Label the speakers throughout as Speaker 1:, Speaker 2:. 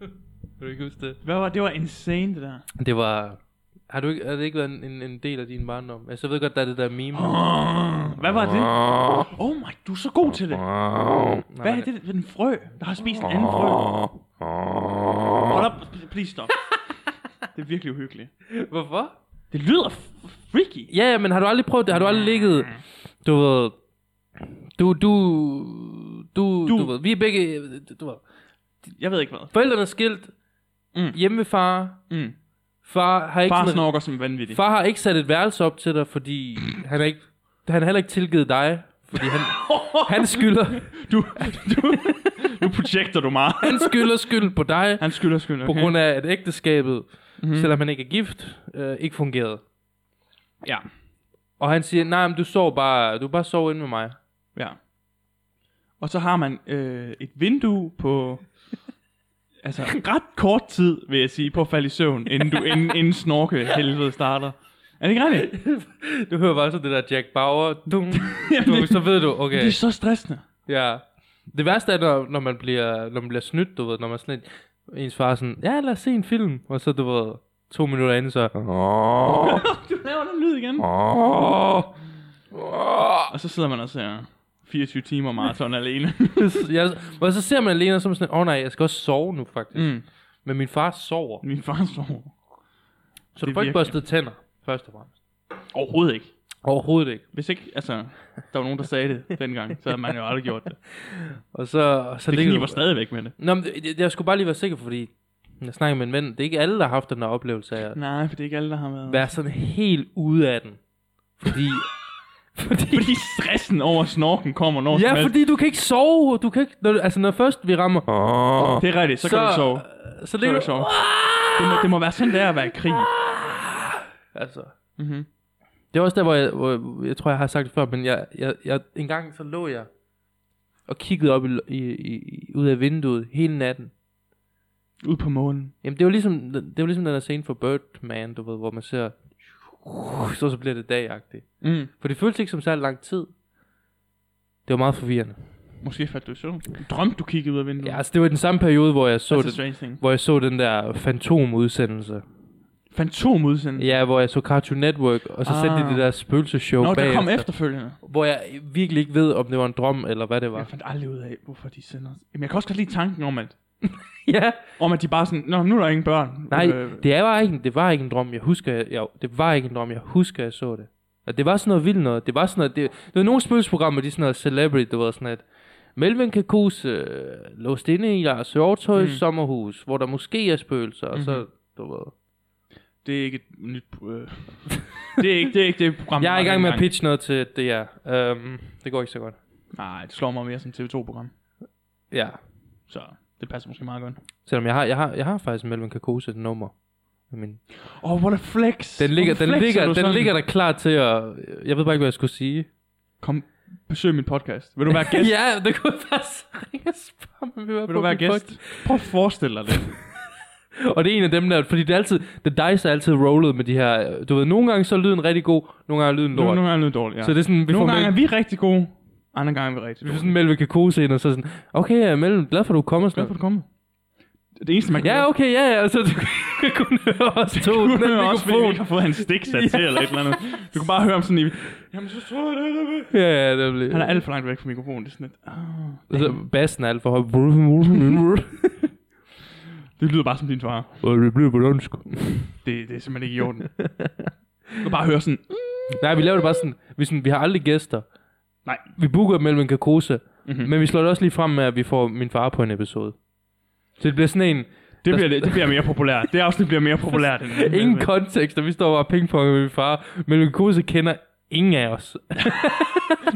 Speaker 1: Kan du ikke huske det?
Speaker 2: Hvad var det? var insane, det der.
Speaker 1: Det var... Har, du ikke, har det ikke været en, en, en del af din barndom? Altså, jeg ved godt, der er det der meme.
Speaker 2: Hvad var det? Oh my, du er så god til det. Hvad er det? Det er en frø, der har spist en anden frø. Hold op, please stop. Det er virkelig uhyggeligt.
Speaker 1: Hvorfor?
Speaker 2: Det lyder f- freaky.
Speaker 1: Ja, ja, men har du aldrig prøvet det? Har du aldrig ligget... Du ved... Du, du... Du, du,
Speaker 2: Du.
Speaker 1: du ved, vi er begge... Du ved,
Speaker 2: Jeg ved ikke hvad.
Speaker 1: forældrene er skilt.
Speaker 2: Mm.
Speaker 1: Hjemme ved far.
Speaker 2: Mm.
Speaker 1: Far har ikke...
Speaker 2: Far
Speaker 1: sådan-
Speaker 2: snorker som vanvittig.
Speaker 1: far har ikke sat et værelse op til dig, fordi han er ikke... Han har heller ikke tilgivet dig, fordi han, han skylder,
Speaker 2: Du, du, nu projekter du meget.
Speaker 1: han skylder skyld på dig,
Speaker 2: Han skylder skyld, okay?
Speaker 1: på grund af, at ægteskabet, mm-hmm. selvom han ikke er gift, øh, ikke fungerede.
Speaker 2: Ja,
Speaker 1: Og han siger, nej, men du sov bare, du bare sov inde med mig.
Speaker 2: ja. Og så har man øh, et vindue på... Altså, ret kort tid, vil jeg sige, på at falde i søvn, inden, du, inden, inden snorke helvede starter. Er det ikke rigtigt?
Speaker 1: Du hører bare så det der Jack Bauer, dum,
Speaker 2: Jamen,
Speaker 1: dum,
Speaker 2: det-
Speaker 1: så ved du,
Speaker 2: Okay. Det
Speaker 1: okay,
Speaker 2: er så stressende.
Speaker 1: ja. Det værste er, når, når man bliver, når man bliver snydt, du ved, når man sådan lidt, ens far er sådan, ja, lad os se en film, og så, du ved, to minutter inden, så,
Speaker 2: Du laver den lyd igen. Og så sidder man og ser 24 timer maraton alene.
Speaker 1: jeg, og så ser man alene, og så er man sådan, åh oh, nej, jeg skal også sove nu, faktisk. Mm.
Speaker 2: mm.
Speaker 1: Men min far sover,
Speaker 2: Min far sover.
Speaker 1: så du
Speaker 2: Det
Speaker 1: får ikke
Speaker 2: virker.
Speaker 1: børstet tænder, først og fremmest.
Speaker 2: Overhovedet ikke.
Speaker 1: Overhovedet ikke.
Speaker 2: Hvis ikke, altså, der var nogen, der sagde det dengang, så havde man jo aldrig gjort det.
Speaker 1: Og så, og så
Speaker 2: Det
Speaker 1: ligger du-
Speaker 2: kniber stadigvæk med det.
Speaker 1: Nå, men jeg, jeg skulle bare lige være sikker, fordi jeg snakker med en ven. Det er ikke alle, der har haft den her oplevelse af at
Speaker 2: Nej, for det er ikke alle, der har været.
Speaker 1: være sådan helt ude af den. Fordi... fordi
Speaker 2: Fordi stressen over snorken kommer når som
Speaker 1: ja,
Speaker 2: helst.
Speaker 1: fordi du kan ikke sove. Du kan ikke, når, du- altså, når først vi rammer...
Speaker 2: Det er rigtigt, så, kan du sove.
Speaker 1: Så, så
Speaker 2: Så kan
Speaker 1: ligger
Speaker 2: du
Speaker 1: du...
Speaker 2: sove. Det må, det må være sådan, det er at være i krig.
Speaker 1: Altså,
Speaker 2: Mm-hmm.
Speaker 1: det er også der, hvor jeg, hvor jeg, jeg tror, jeg har sagt det før, men jeg, jeg, jeg, en gang så lå jeg og kiggede op i, i, i, ud af vinduet hele natten.
Speaker 2: Ude på månen.
Speaker 1: Jamen, det var ligesom, det var ligesom den der scene for Birdman, du ved, hvor man ser... Så, så bliver det dagagtigt.
Speaker 2: Mm.
Speaker 1: For det føltes ikke som særlig lang tid. Det var meget forvirrende.
Speaker 2: Måske faldt du i søvn. Du drømte, du kiggede ud af vinduet.
Speaker 1: Ja, altså det var i den samme periode, hvor jeg så,
Speaker 2: That's a
Speaker 1: den,
Speaker 2: strange thing.
Speaker 1: hvor jeg så den der fantomudsendelse.
Speaker 2: Fantomudsendelsen.
Speaker 1: Ja, hvor jeg så Cartoon Network, og så ah. sendte de
Speaker 2: Mm. Ah.
Speaker 1: det der spøgelseshow
Speaker 2: Nå, der
Speaker 1: bagefter,
Speaker 2: kom efterfølgende.
Speaker 1: Hvor jeg virkelig ikke ved, om det var en drøm, eller hvad det
Speaker 2: Jeg
Speaker 1: var.
Speaker 2: fandt aldrig ud af, hvorfor de sender os. Jamen, jeg kan også godt lide tanken om, at,
Speaker 1: ja,
Speaker 2: om at de bare sådan, Nå, nu er der ingen børn.
Speaker 1: nej,
Speaker 2: Øh,
Speaker 1: det, er var ikke, en- det var ikke en drøm. Jeg husker, jeg, jeg, det var ikke en drøm. Jeg husker, jeg så det. Og det var sådan noget vildt noget. Det var sådan noget, det, det var nogle spøgelsesprogrammer, de er sådan noget celebrity, det var sådan noget. Melvin kan kuse øh, låst inde i Lars Hjortøjs
Speaker 2: Mm.
Speaker 1: mm. sommerhus, hvor der måske er spøgelser, og så,
Speaker 2: Mhm.
Speaker 1: du ved,
Speaker 2: det er ikke et nyt... Øh, det, er ikke, det er ikke det program.
Speaker 1: Jeg er
Speaker 2: der
Speaker 1: i
Speaker 2: var
Speaker 1: gang med at
Speaker 2: dengang.
Speaker 1: pitche noget til DR. Øhm, det går ikke så godt.
Speaker 2: Nej, det slår mig mere som TV2-program.
Speaker 1: Ja.
Speaker 2: Så det passer måske meget godt.
Speaker 1: Selvom jeg har, jeg har, jeg har faktisk en Melvin Kakose nummer. Men
Speaker 2: Åh, oh, what a flex.
Speaker 1: den ligger,
Speaker 2: Hvorfor
Speaker 1: den,
Speaker 2: flexer
Speaker 1: ligger,
Speaker 2: du
Speaker 1: den
Speaker 2: sådan?
Speaker 1: ligger der klar til at... Jeg ved bare ikke, hvad jeg skulle sige.
Speaker 2: Kom, besøg min podcast. Vil du være gæst?
Speaker 1: ja, det kunne jeg faktisk ringe og spørge, om vi var
Speaker 2: Vil
Speaker 1: på
Speaker 2: du være
Speaker 1: min
Speaker 2: gæst? Prøv at forestille dig det.
Speaker 1: podcast. Og det er en af dem der, fordi det er altid... The Dice er altid rollet med de her... Du ved, nogle gange så er lyden rigtig god, nogle gange er lyden
Speaker 2: Nogle,
Speaker 1: lort.
Speaker 2: nogle gange er det dårligt, ja.
Speaker 1: Så det er sådan, vi
Speaker 2: Nogle
Speaker 1: får
Speaker 2: gange
Speaker 1: Mel-
Speaker 2: er vi rigtig gode, andre gange er vi rigtig
Speaker 1: vi får
Speaker 2: dårlige.
Speaker 1: sådan Melvin Kakose ind, og så sådan... Okay, jeg er Melvin, glad for, at du kommer.
Speaker 2: Glad
Speaker 1: Sådan.
Speaker 2: for, at du kommer. Det eneste, man kan
Speaker 1: Ja,
Speaker 2: gøre-
Speaker 1: okay, ja, ja. Og så du kan kun høre os to.
Speaker 2: Du
Speaker 1: den
Speaker 2: hører også, fordi vi
Speaker 1: mikrofon.
Speaker 2: ikke har fået hans stik sat til, eller et eller andet. Du kan bare høre ham sådan i... Jamen, så tror jeg det, der ved.
Speaker 1: Ja, ja, det bliver...
Speaker 2: Han er alt for langt væk fra mikrofonen. Det er sådan et... Oh,
Speaker 1: Altså, bassen er alt for høj.
Speaker 2: det lyder bare som din far.
Speaker 1: Og det bliver på dansk.
Speaker 2: Det, det er simpelthen ikke i orden. Du kan bare høre sådan...
Speaker 1: Nej, vi laver det bare sådan. Vi, sådan, vi har aldrig gæster.
Speaker 2: Nej.
Speaker 1: Vi booker mellem en kakose.
Speaker 2: Mm-hmm.
Speaker 1: Men vi slår det også lige frem med, at vi får min far på en episode. Så det bliver sådan en...
Speaker 2: Det bliver, det, det bliver mere populært. Det afsnit bliver mere populært. End
Speaker 1: Ingen kontekst, og vi står bare og pingponger med min far. Men en kakose kender ingen af os.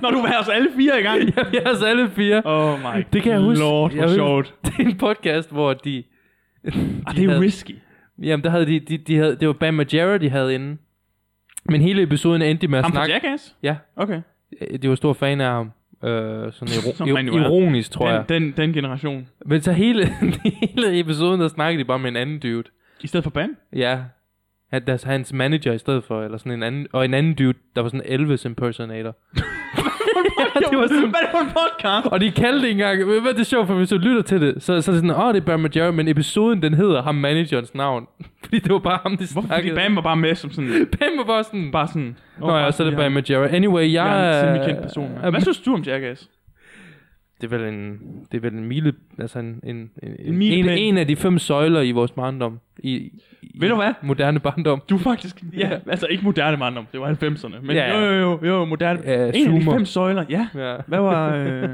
Speaker 2: Når du vil have os alle fire i gang.
Speaker 1: Ja, vi er os alle fire.
Speaker 2: Oh my
Speaker 1: Det kan jeg huske.
Speaker 2: Lord,
Speaker 1: Jeg
Speaker 2: hvor
Speaker 1: husker-
Speaker 2: sjovt.
Speaker 1: Det er en podcast, hvor de...
Speaker 2: Ah,
Speaker 1: de
Speaker 2: det er
Speaker 1: havde-
Speaker 2: risky.
Speaker 1: Jamen, der havde de, de, de havde, det var Bam Majera, de havde inde. Men hele episoden endte med at
Speaker 2: Ham fra
Speaker 1: snakke...
Speaker 2: Jackass?
Speaker 1: Ja.
Speaker 2: Okay.
Speaker 1: Øh, de var stor fan af ham. Øh, sådan iro-
Speaker 2: Som
Speaker 1: ir-
Speaker 2: man jo er.
Speaker 1: ironisk, tror jeg.
Speaker 2: Den, den, den generation.
Speaker 1: Men så hele, hele episoden, der snakkede de bare med en anden dude.
Speaker 2: I stedet for Bam?
Speaker 1: Ja. Han, deres, hans manager i stedet for, eller sådan en anden, og en anden dude, der var sådan en Elvis impersonator.
Speaker 2: podcast?
Speaker 1: det var sådan-
Speaker 2: Hvad er det for en podcast?
Speaker 1: Og de kaldte det ikke engang, ved du hvad det er sjovt, for hvis du lytter til det, så, så er det sådan, åh, oh, det er Bam Margera, men episoden, den hedder ham managerens navn. Fordi det var bare ham, det
Speaker 2: Hvorfor?
Speaker 1: snakkede.
Speaker 2: Fordi Bam var bare med som sådan...
Speaker 1: Bam var bare sådan,
Speaker 2: Bare sådan...
Speaker 1: Nå ja, så er det Bam Margera. Anyway, jeg,
Speaker 2: Jeg er en
Speaker 1: er-
Speaker 2: semi kendt person.
Speaker 1: er-
Speaker 2: Man. Hvad synes du om Jackass?
Speaker 1: Det er vel en, det er vel en mile, altså en, en, en, en, en,
Speaker 2: milepæl.
Speaker 1: en af de fem søjler i vores barndom. I, i
Speaker 2: Ved du hvad?
Speaker 1: Moderne barndom.
Speaker 2: Du er faktisk... Ja, altså ikke moderne mandom. Det var 90'erne. Men
Speaker 1: Ja, ja.
Speaker 2: jo, jo, jo, jo, moderne...
Speaker 1: Ja,
Speaker 2: en af de
Speaker 1: Zoomer.
Speaker 2: fem søjler, ja.
Speaker 1: Ja.
Speaker 2: Hvad var... Øh...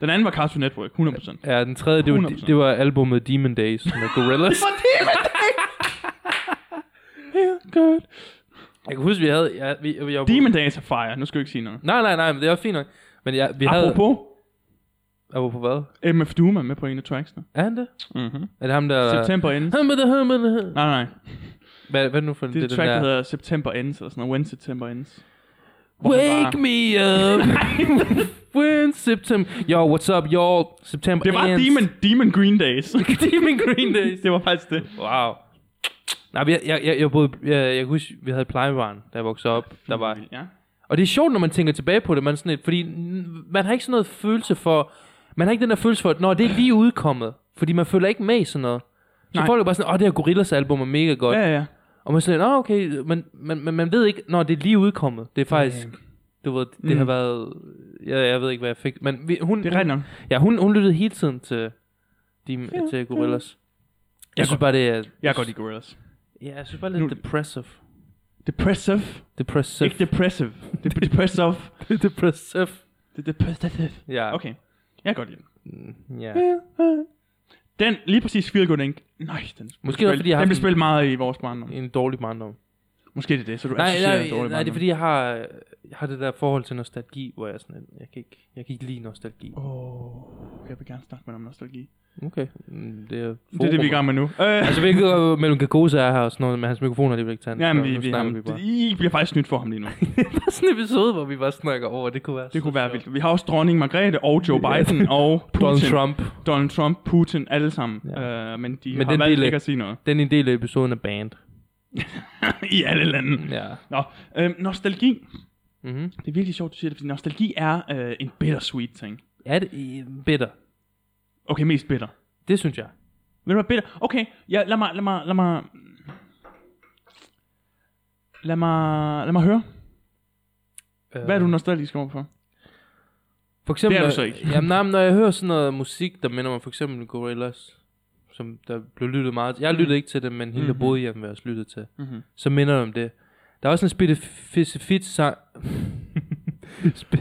Speaker 2: Den anden var Cartoon Network, 100%.
Speaker 1: Ja, den tredje, det var,
Speaker 2: 100%.
Speaker 1: det var albumet Demon Days med Gorillaz.
Speaker 2: Good.
Speaker 1: jeg kan huske, vi havde... Ja, vi, vi, jeg,
Speaker 2: Demon Days er fire. Nu skal jeg ikke sige noget.
Speaker 1: Nej, nej, nej, men det var fint nok. Men ja, vi havde...
Speaker 2: Apropos,
Speaker 1: Apropos hvad?
Speaker 2: MF Doom er med på en af tracksene.
Speaker 1: Er han det?
Speaker 2: Mm-hmm.
Speaker 1: Er det ham, der...
Speaker 2: September Ends.
Speaker 1: Ham med det, ham med det.
Speaker 2: Nej, nej.
Speaker 1: Hvad, hvad er det nu for en...
Speaker 2: Det er
Speaker 1: den
Speaker 2: et track, der
Speaker 1: der-
Speaker 2: hedder September Ends, eller sådan noget. When September Ends. Hvor han
Speaker 1: Wake
Speaker 2: bare-
Speaker 1: me up when September... Yo, what's up, y'all? September
Speaker 2: Det var
Speaker 1: ends.
Speaker 2: Demon, Demon Green Days.
Speaker 1: Demon Green Days.
Speaker 2: det var faktisk det.
Speaker 1: Wow. Nej, men jeg, jeg, jeg, jeg, boede, jeg, jeg kan huske, vi havde et plejebarn, da jeg voksede op. Der var,
Speaker 2: Ja.
Speaker 1: og det er sjovt, når man tænker tilbage på det, man er sådan lidt, fordi mm, man har ikke sådan noget følelse for, man har ikke den der følelse for, at når det er ikke lige udkommet, fordi man følger ikke med i sådan noget. Så
Speaker 2: Nej.
Speaker 1: folk er bare sådan, åh, det her Gorillaz album er mega godt. Ja.
Speaker 2: Ja, ja.
Speaker 1: Og man er sådan, lidt, åh, okay, men, men, men man ved ikke, når det er lige udkommet. Det er faktisk, du ved, det
Speaker 2: Mm.
Speaker 1: har været, jeg, jeg ved ikke, hvad jeg fik. Men vi, hun,
Speaker 2: Det er rigtigt nok.
Speaker 1: ja, hun, hun lyttede hele tiden til, de, til Gorillaz. Jeg synes bare, det er...
Speaker 2: Jeg går de Gorillaz.
Speaker 1: Ja, jeg synes bare, det er
Speaker 2: Nu-
Speaker 1: lidt depressive.
Speaker 2: Depressive.
Speaker 1: Depressive.
Speaker 2: Ikke depressive. Det er depressive.
Speaker 1: det depressive.
Speaker 2: Det er depressive.
Speaker 1: Ja.
Speaker 2: Okay. Jeg kan godt lide den.
Speaker 1: Mm, Ja.
Speaker 2: Den, lige præcis Feel Good Inc. Nej, den
Speaker 1: Måske
Speaker 2: spil,
Speaker 1: også, fordi jeg har
Speaker 2: den blev
Speaker 1: haft en-
Speaker 2: spillet meget i vores barndom.
Speaker 1: En dårlig barndom.
Speaker 2: Måske det er det, så du
Speaker 1: Nej,
Speaker 2: associerer en
Speaker 1: nej, nej,
Speaker 2: dårlig
Speaker 1: nej, det er
Speaker 2: barndom.
Speaker 1: fordi, jeg har, jeg har det der forhold til nostalgi, hvor jeg er sådan, jeg kan ikke, jeg kan ikke lide nostalgi.
Speaker 2: Åh, jeg vil gerne snakke med dig om nostalgi.
Speaker 1: Okay. Mm, Det er,
Speaker 2: Det er det, vi er i gang med nu. Øh,
Speaker 1: Altså, vi ikke mellem Kakosa er her og sådan noget, men hans mikrofoner, det vil ikke tage.
Speaker 2: jamen,
Speaker 1: så
Speaker 2: vi,
Speaker 1: nu
Speaker 2: vi,
Speaker 1: snakker
Speaker 2: ham,
Speaker 1: bare.
Speaker 2: I bliver faktisk snydt for ham lige nu.
Speaker 1: Det er sådan en episode, hvor vi bare snakker over, det kunne være
Speaker 2: Det
Speaker 1: så
Speaker 2: kunne være
Speaker 1: sjovt.
Speaker 2: vildt. Vi har også dronning Margrethe og Joe
Speaker 1: Ja.
Speaker 2: Biden og Putin.
Speaker 1: Donald Trump.
Speaker 2: Donald Trump, Putin, alle sammen.
Speaker 1: Ja.
Speaker 2: Ja. Øh, men de
Speaker 1: Men
Speaker 2: men har
Speaker 1: den
Speaker 2: valgt
Speaker 1: del-
Speaker 2: ikke at sige noget.
Speaker 1: Den ene del af episoden er banned.
Speaker 2: I alle lande.
Speaker 1: Ja.
Speaker 2: Nå, øh, nostalgi.
Speaker 1: Mm-hmm.
Speaker 2: Det er virkelig sjovt, du siger det, fordi nostalgi er øh, en bittersweet ting.
Speaker 1: Er det øh, bitter?
Speaker 2: Okay, mest bitter.
Speaker 1: Det synes jeg.
Speaker 2: Ved du hvad, bitter? Okay, ja, lad mig, lad mig, lad mig... Lad mig, lad mig høre. Hvad er du nostalgisk overfor?
Speaker 1: For eksempel,
Speaker 2: Det er du så ikke.
Speaker 1: jamen, nej, men når jeg hører sådan noget musik, der minder mig for eksempel Gorillaz, som der blev lyttet meget til. Jeg lyttede ikke til det, men hende, der
Speaker 2: Mhm.
Speaker 1: boede hjemme, ved os lyttede til.
Speaker 2: Mm-hmm.
Speaker 1: Så minder det om det. Der er også en specifik sang... Spe-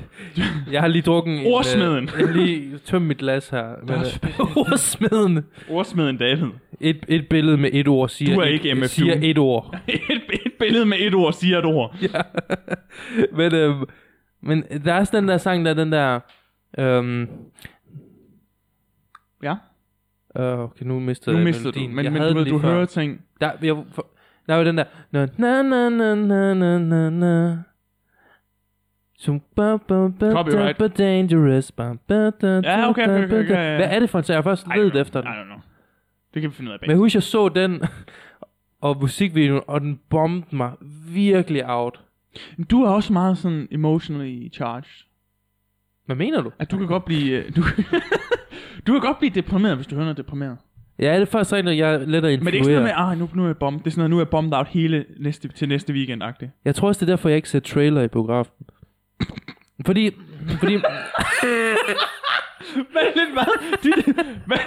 Speaker 1: jeg har lige drukket en... øh,
Speaker 2: Ordsmeden.
Speaker 1: jeg har lige tømt mit glas her. Men,
Speaker 2: også
Speaker 1: øh, ordsmeden.
Speaker 2: Ordsmeden David.
Speaker 1: Et, et billede med et ord siger,
Speaker 2: Du er
Speaker 1: et,
Speaker 2: ikke MF
Speaker 1: siger
Speaker 2: Doom.
Speaker 1: et ord.
Speaker 2: et, et billede med et ord siger et ord.
Speaker 1: ja. men, øhm, men der er også den der sang, der er den der... Øhm,
Speaker 2: Ja.
Speaker 1: øh, okay, nu mistede
Speaker 2: Nu
Speaker 1: jeg
Speaker 2: mistede du,
Speaker 1: melodien.
Speaker 2: men,
Speaker 1: Jeg
Speaker 2: men
Speaker 1: havde
Speaker 2: du,
Speaker 1: den
Speaker 2: ved,
Speaker 1: lige
Speaker 2: du
Speaker 1: før.
Speaker 2: hører ting.
Speaker 1: Der, jeg, for, der var den der... Na, na, na, na, na, na, na, na. Som ba, ba, ba, da,
Speaker 2: Copyright.
Speaker 1: ba, dangerous. Ba, ba, da, da,
Speaker 2: Ja, okay, okay,
Speaker 1: da,
Speaker 2: okay,
Speaker 1: ba, da.
Speaker 2: okay, ja.
Speaker 1: Hvad er det for en sang? Jeg har først ledt efter
Speaker 2: den.
Speaker 1: den.
Speaker 2: I don't know. Det kan vi finde ud af
Speaker 1: Men jeg
Speaker 2: bag.
Speaker 1: husker, jeg så den og musikvideoen, og den bombede mig virkelig out.
Speaker 2: Men du er også meget sådan emotionally charged.
Speaker 1: Hvad mener du?
Speaker 2: At du kan godt blive... øh, Du, du kan godt blive deprimeret, hvis du hører noget deprimeret.
Speaker 1: Ja, det er faktisk rent, at jeg er let at influere.
Speaker 2: Men det er ikke sådan noget med, ah, nu, nu er jeg bomb. Det er sådan noget, nu er jeg bombed out hele næste, til næste weekend-agtigt.
Speaker 1: Jeg tror også, det er derfor, jeg ikke ser trailer i biografen. Fordi, fordi
Speaker 2: Hvad, lidt, hvad? Dit, hvad,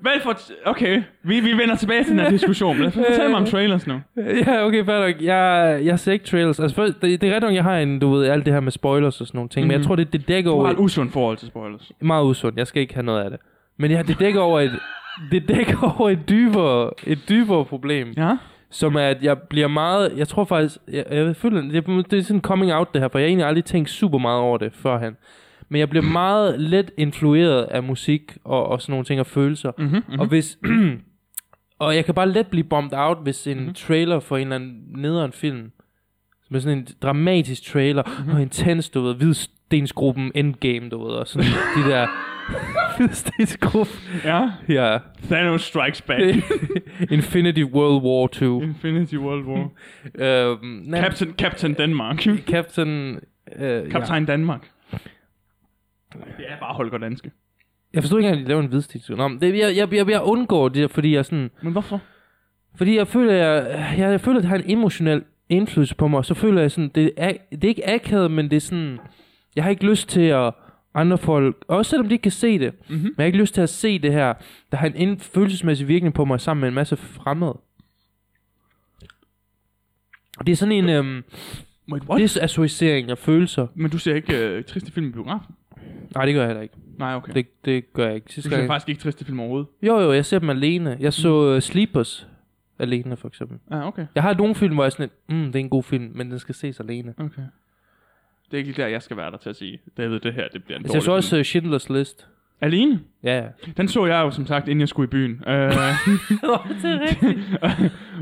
Speaker 2: hvad for... Okay, vi, vi vender tilbage til den her diskussion. Men fortæl mig om trailers nu.
Speaker 1: ja, okay, fair nok. Jeg, jeg ser ikke trailers. Altså, for, det, det er ret nok, jeg har en, du ved, alt det her med spoilers og sådan nogle ting. Mm-hmm. Men jeg
Speaker 2: Mhm.
Speaker 1: tror, det, det dækker
Speaker 2: Du
Speaker 1: over...
Speaker 2: har et usundt forhold til spoilers.
Speaker 1: meget usundt. Jeg skal ikke have noget af det. Men ja, det dækker over et... Det dækker over et dybere, et dybere problem,
Speaker 2: Ja?
Speaker 1: som er, at jeg bliver meget... Jeg tror faktisk... Jeg, jeg føler, det, er- det er sådan coming out, det her, for jeg har egentlig aldrig tænkt super meget over det førhen. Men jeg bliver meget let influeret af musik og, og sådan nogle ting og følelser.
Speaker 2: Mhm, mhm.
Speaker 1: Og hvis... og jeg kan bare let blive bombed out, hvis en mm-hmm. trailer for en eller anden nederen film, med sådan en dramatisk trailer, mm-hmm. og intens, du ved, Hvidstensgruppen Endgame, du ved, og sådan de der... Hvidstensgruppe...
Speaker 2: Ja?
Speaker 1: Ja.
Speaker 2: Thanos Strikes Back.
Speaker 1: Infinity World War 2.
Speaker 2: Infinity World War.
Speaker 1: Øhm, nej,
Speaker 2: Captain, Captain Danmark.
Speaker 1: Captain... Øh,
Speaker 2: Captain Danmark. Det er bare Holger Danske.
Speaker 1: Jeg forstod ikke engang, at de laver en hvidstikstur. Nå, men det, jeg, jeg, jeg, jeg undgår det, der, fordi jeg sådan...
Speaker 2: Men hvorfor?
Speaker 1: Fordi jeg føler, jeg, jeg, jeg føler, at det har en emotionel indflydelse på mig. og Så føler jeg sådan, det er, det er ikke akavet, men det er sådan... Jeg har ikke lyst til at andre folk, også selvom de ikke kan se det,
Speaker 2: Mhm.
Speaker 1: men jeg har ikke lyst til at se det her, der har en ind, følelsesmæssig virkning på mig sammen med en masse fremmede. Og Det er sådan en øhm,
Speaker 2: Wait, what? Det...
Speaker 1: desassociering af følelser.
Speaker 2: Men du ser ikke øh, triste film i biografen?
Speaker 1: Nej, det gør jeg heller ikke.
Speaker 2: Nej, okay.
Speaker 1: Det,
Speaker 2: Det...
Speaker 1: det gør jeg ikke.
Speaker 2: Du
Speaker 1: Sidste
Speaker 2: ser
Speaker 1: gang,
Speaker 2: faktisk ikke triste film overhovedet?
Speaker 1: Jo, jo, jeg ser dem alene. Jeg så mm. Sleepers alene, for eksempel.
Speaker 2: Ja, ah, okay.
Speaker 1: Jeg har nogle film, hvor jeg er sådan lidt, mm, det er en god film, men den skal ses alene.
Speaker 2: Okay. Det er ikke lige der, jeg skal være der til at sige, David, det her, det bliver en
Speaker 1: Altså, jeg
Speaker 2: dårlig
Speaker 1: så også
Speaker 2: film.
Speaker 1: øh, uh, Schindlers List.
Speaker 2: Alene?
Speaker 1: Ja, ja.
Speaker 2: Den så jeg jo som sagt, inden jeg skulle i byen. Øh,
Speaker 1: det er rigtigt.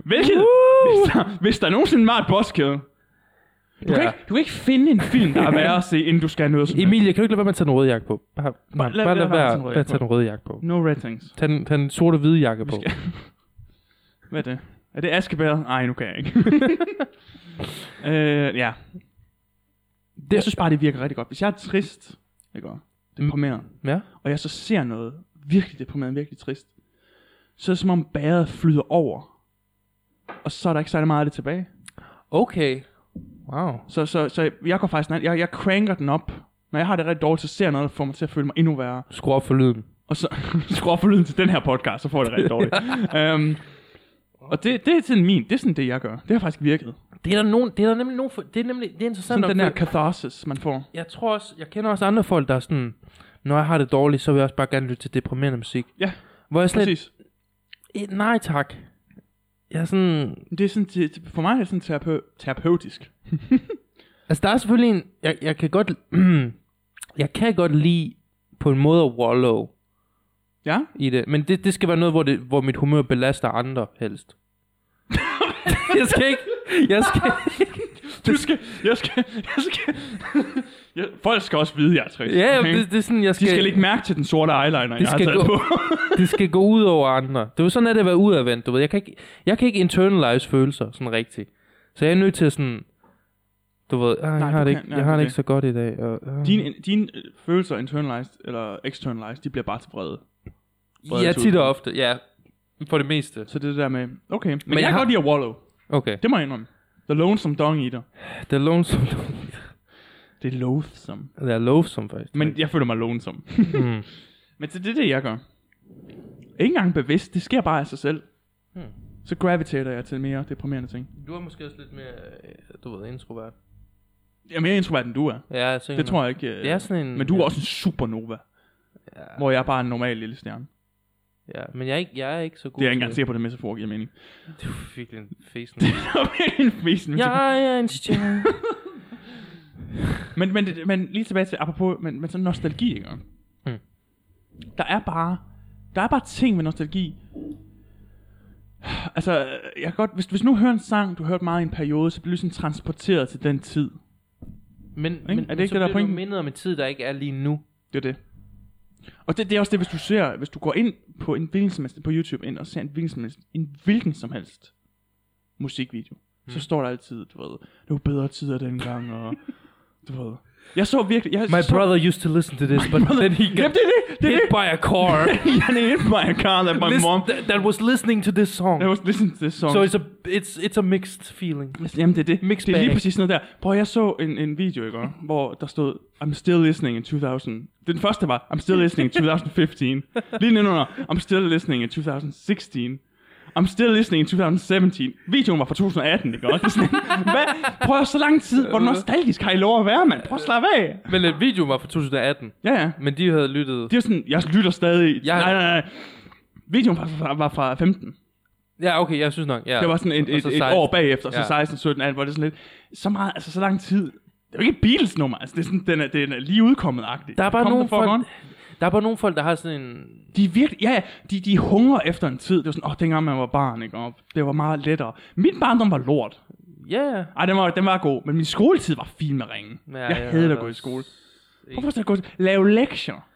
Speaker 2: hvilket, hvis, der, hvis der nogensinde var et boskede, du, ja. kan
Speaker 1: Ja.
Speaker 2: ikke, du kan ikke finde en film, der er værre at se, inden du skal have noget som
Speaker 1: Emilie, kan du ikke lade være med at tage den røde jakke på? Bare, bare,
Speaker 2: lad-
Speaker 1: bare
Speaker 2: lad
Speaker 1: lad
Speaker 2: være med at
Speaker 1: være
Speaker 2: tage den røde
Speaker 1: med at tage
Speaker 2: jakke
Speaker 1: den røde jakke på.
Speaker 2: No red things.
Speaker 1: Tag den, tag den sorte hvide jakke på.
Speaker 2: skal- Hvad er det? Er det Askebær? Nej, nu kan jeg ikke. øh, ja. Det, jeg synes bare, det virker rigtig godt. Hvis jeg er trist, ikke? og deprimeret,
Speaker 1: Ja.
Speaker 2: og jeg så ser noget virkelig deprimeret, virkelig trist, så er det som om bæret flyder over. Og så er der ikke særlig meget af det tilbage.
Speaker 1: Okay. Wow.
Speaker 2: Så, så, så jeg går faktisk, den anden- jeg, jeg cranker den op. Når jeg har det rigtig dårligt, så ser jeg noget, der får mig til at føle mig endnu værre.
Speaker 1: Skru op for lyden.
Speaker 2: Og så skru op for lyden til den her podcast, så får jeg det rigtig dårligt. um, og det, det er sådan min, det er sådan det, jeg gør. Det har faktisk virket.
Speaker 1: Det er der, nogen, det er der nemlig nogen... For, det er nemlig det er interessant.
Speaker 2: Sådan den
Speaker 1: at-
Speaker 2: der katharsis, man får.
Speaker 1: Jeg tror også... Jeg kender også andre folk, der er sådan... Når jeg har det dårligt, så vil jeg også bare gerne lytte til deprimerende musik.
Speaker 2: Ja,
Speaker 1: Hvor jeg slet,
Speaker 2: præcis.
Speaker 1: Eh, Nej tak. Jeg er sådan...
Speaker 2: Det er sådan, det, for mig er det sådan terape, terapeutisk.
Speaker 1: Altså der er selvfølgelig en... Jeg, jeg kan godt... jeg kan godt lide på en måde at wallow
Speaker 2: Ja?
Speaker 1: i det. Men det, det skal være noget, hvor, det, hvor mit humør belaster andre helst. jeg skal ikke... Jeg skal...
Speaker 2: Du skal, jeg skal, jeg skal. jeg, folk skal også vide, jeg er trist.
Speaker 1: Ja,
Speaker 2: okay?
Speaker 1: det, det er sådan, jeg skal...
Speaker 2: De skal lægge mærke til den sorte eyeliner, jeg har
Speaker 1: skal
Speaker 2: taget
Speaker 1: gå-
Speaker 2: på.
Speaker 1: det skal gå ud over andre. Det er jo sådan, at det at være udadvendt, du ved. Jeg kan, ikke, jeg kan ikke internalize følelser sådan rigtigt. Så jeg er nødt til at sådan... Du ved, ah, jeg,
Speaker 2: Nej,
Speaker 1: har
Speaker 2: du
Speaker 1: det
Speaker 2: kan-
Speaker 1: ikke,
Speaker 2: nej,
Speaker 1: jeg har
Speaker 2: du
Speaker 1: det
Speaker 2: kan.
Speaker 1: ikke så godt i dag. Og, øh.
Speaker 2: Dine, dine øh, følelser, internalized eller externalized, de bliver bare til vrede.
Speaker 1: ja, tit og ofte. Ja, for det meste.
Speaker 2: Så det er det der med, okay, men, men
Speaker 1: jeg
Speaker 2: jeg, jeg kan
Speaker 1: har-
Speaker 2: godt lide at wallow.
Speaker 1: Okay.
Speaker 2: Det må jeg indrømme. The Lonesome Dong Eater.
Speaker 1: Det er lonesome.
Speaker 2: Det er loathsome.
Speaker 1: Det er loathsome, faktisk.
Speaker 2: Men jeg føler mig lonesome.
Speaker 1: Mm.
Speaker 2: Men så det er det, jeg gør. Ikke engang bevidst, det sker bare af sig selv.
Speaker 1: Hmm.
Speaker 2: Så gravitater jeg til mere deprimerende ting.
Speaker 1: Du er måske også lidt mere, øh, du ved, introvert.
Speaker 2: Jeg er mere introvert, end du er.
Speaker 1: Ja, jeg tænker
Speaker 2: Det tror jeg ikke. øh,
Speaker 1: Det er sådan en...
Speaker 2: Men du er
Speaker 1: ja,
Speaker 2: også en supernova.
Speaker 1: Ja.
Speaker 2: Hvor jeg er bare en normal lille stjerne.
Speaker 1: Ja, men jeg er ikke, jeg er ikke så god
Speaker 2: Det er jeg ikke engang
Speaker 1: til
Speaker 2: sikker på, det metafor giver mening.
Speaker 1: det. Du er virkelig en fesen.
Speaker 2: Det var virkelig en fesen metafor.
Speaker 1: jeg er en stjerne.
Speaker 2: men, men, det- men lige tilbage til, apropos, men, men sådan nostalgi, ikke?
Speaker 1: Hmm.
Speaker 2: Der er bare, der er bare ting med nostalgi. Altså, jeg kan godt, hvis, hvis nu hører en sang, du hørte meget i en periode, så bliver du sådan transporteret til den tid.
Speaker 1: Men, men, men
Speaker 2: Er det
Speaker 1: så
Speaker 2: ikke det, der er
Speaker 1: bliver du
Speaker 2: pointen?
Speaker 1: mindet om en tid, der ikke er lige nu.
Speaker 2: Det er det. Og det, det er også det, hvis du ser, hvis du går ind på en hvilken som helst, på YouTube ind og ser en hvilken som helst, en hvilken som helst musikvideo, mm. så står der altid, du ved, det var bedre tider dengang, og du ved. Jeg så virkelig, jeg
Speaker 1: My
Speaker 2: så,
Speaker 1: brother used to listen to this, but then he got
Speaker 2: Jamen, det er det, det er
Speaker 1: hit
Speaker 2: det.
Speaker 1: by a car.
Speaker 2: Jeg er hit by a car that my
Speaker 1: Listen-
Speaker 2: mom,
Speaker 1: that, that was listening to this song.
Speaker 2: that was listening to this song.
Speaker 1: So it's a, it's, it's a mixed feeling.
Speaker 2: Altså, Jamen det er det.
Speaker 1: Mixed
Speaker 2: det er
Speaker 1: bag.
Speaker 2: lige præcis sådan noget der. Prøv, jeg så en, en video, ikke? også, hvor der stod, I'm still listening in 2000. Den første var, I'm still listening in 2015. lige nedenunder, I'm still listening in 2016. I'm still listening in 2017. Videoen var fra 2018, ikke? også? Det er sådan, Hvad? Prøv, så lang tid. Hvor nostalgisk har I lov at være, mand? Prøv at slappe af.
Speaker 1: Men uh, videoen var fra 2018,
Speaker 2: Ja, ja.
Speaker 1: men de havde lyttet...
Speaker 2: Det er sådan, jeg lytter stadig.
Speaker 1: Jeg-
Speaker 2: Nej, nej, nej. Videoen var fra, var fra 15.
Speaker 1: Ja, okay, jeg synes nok. Ja.
Speaker 2: Det var sådan et,
Speaker 1: Og
Speaker 2: et,
Speaker 1: så
Speaker 2: et
Speaker 1: 16.
Speaker 2: år bagefter, så
Speaker 1: Ja.
Speaker 2: 16, 17, 18, hvor det er sådan lidt, så meget, altså så lang tid. Det er jo ikke et Beatles nummer, altså det er sådan, den er, den er lige udkommet agtigt.
Speaker 1: Der er bare nogle folk, der er bare nogle folk, der har sådan en...
Speaker 2: De er virkelig, ja, ja, de, de hungrer efter en tid. Det var sådan, åh, oh, dengang man var barn, ikke? Og det var meget lettere. Min barndom var lort.
Speaker 1: Ja, yeah.
Speaker 2: Ej, den var, den var god, men min skoletid var fin med ringen.
Speaker 1: Ja,
Speaker 2: Ja, jeg
Speaker 1: ja,
Speaker 2: havde da
Speaker 1: ja.
Speaker 2: at gå i skole. Hvorfor skal jeg gå til? Lave lektier.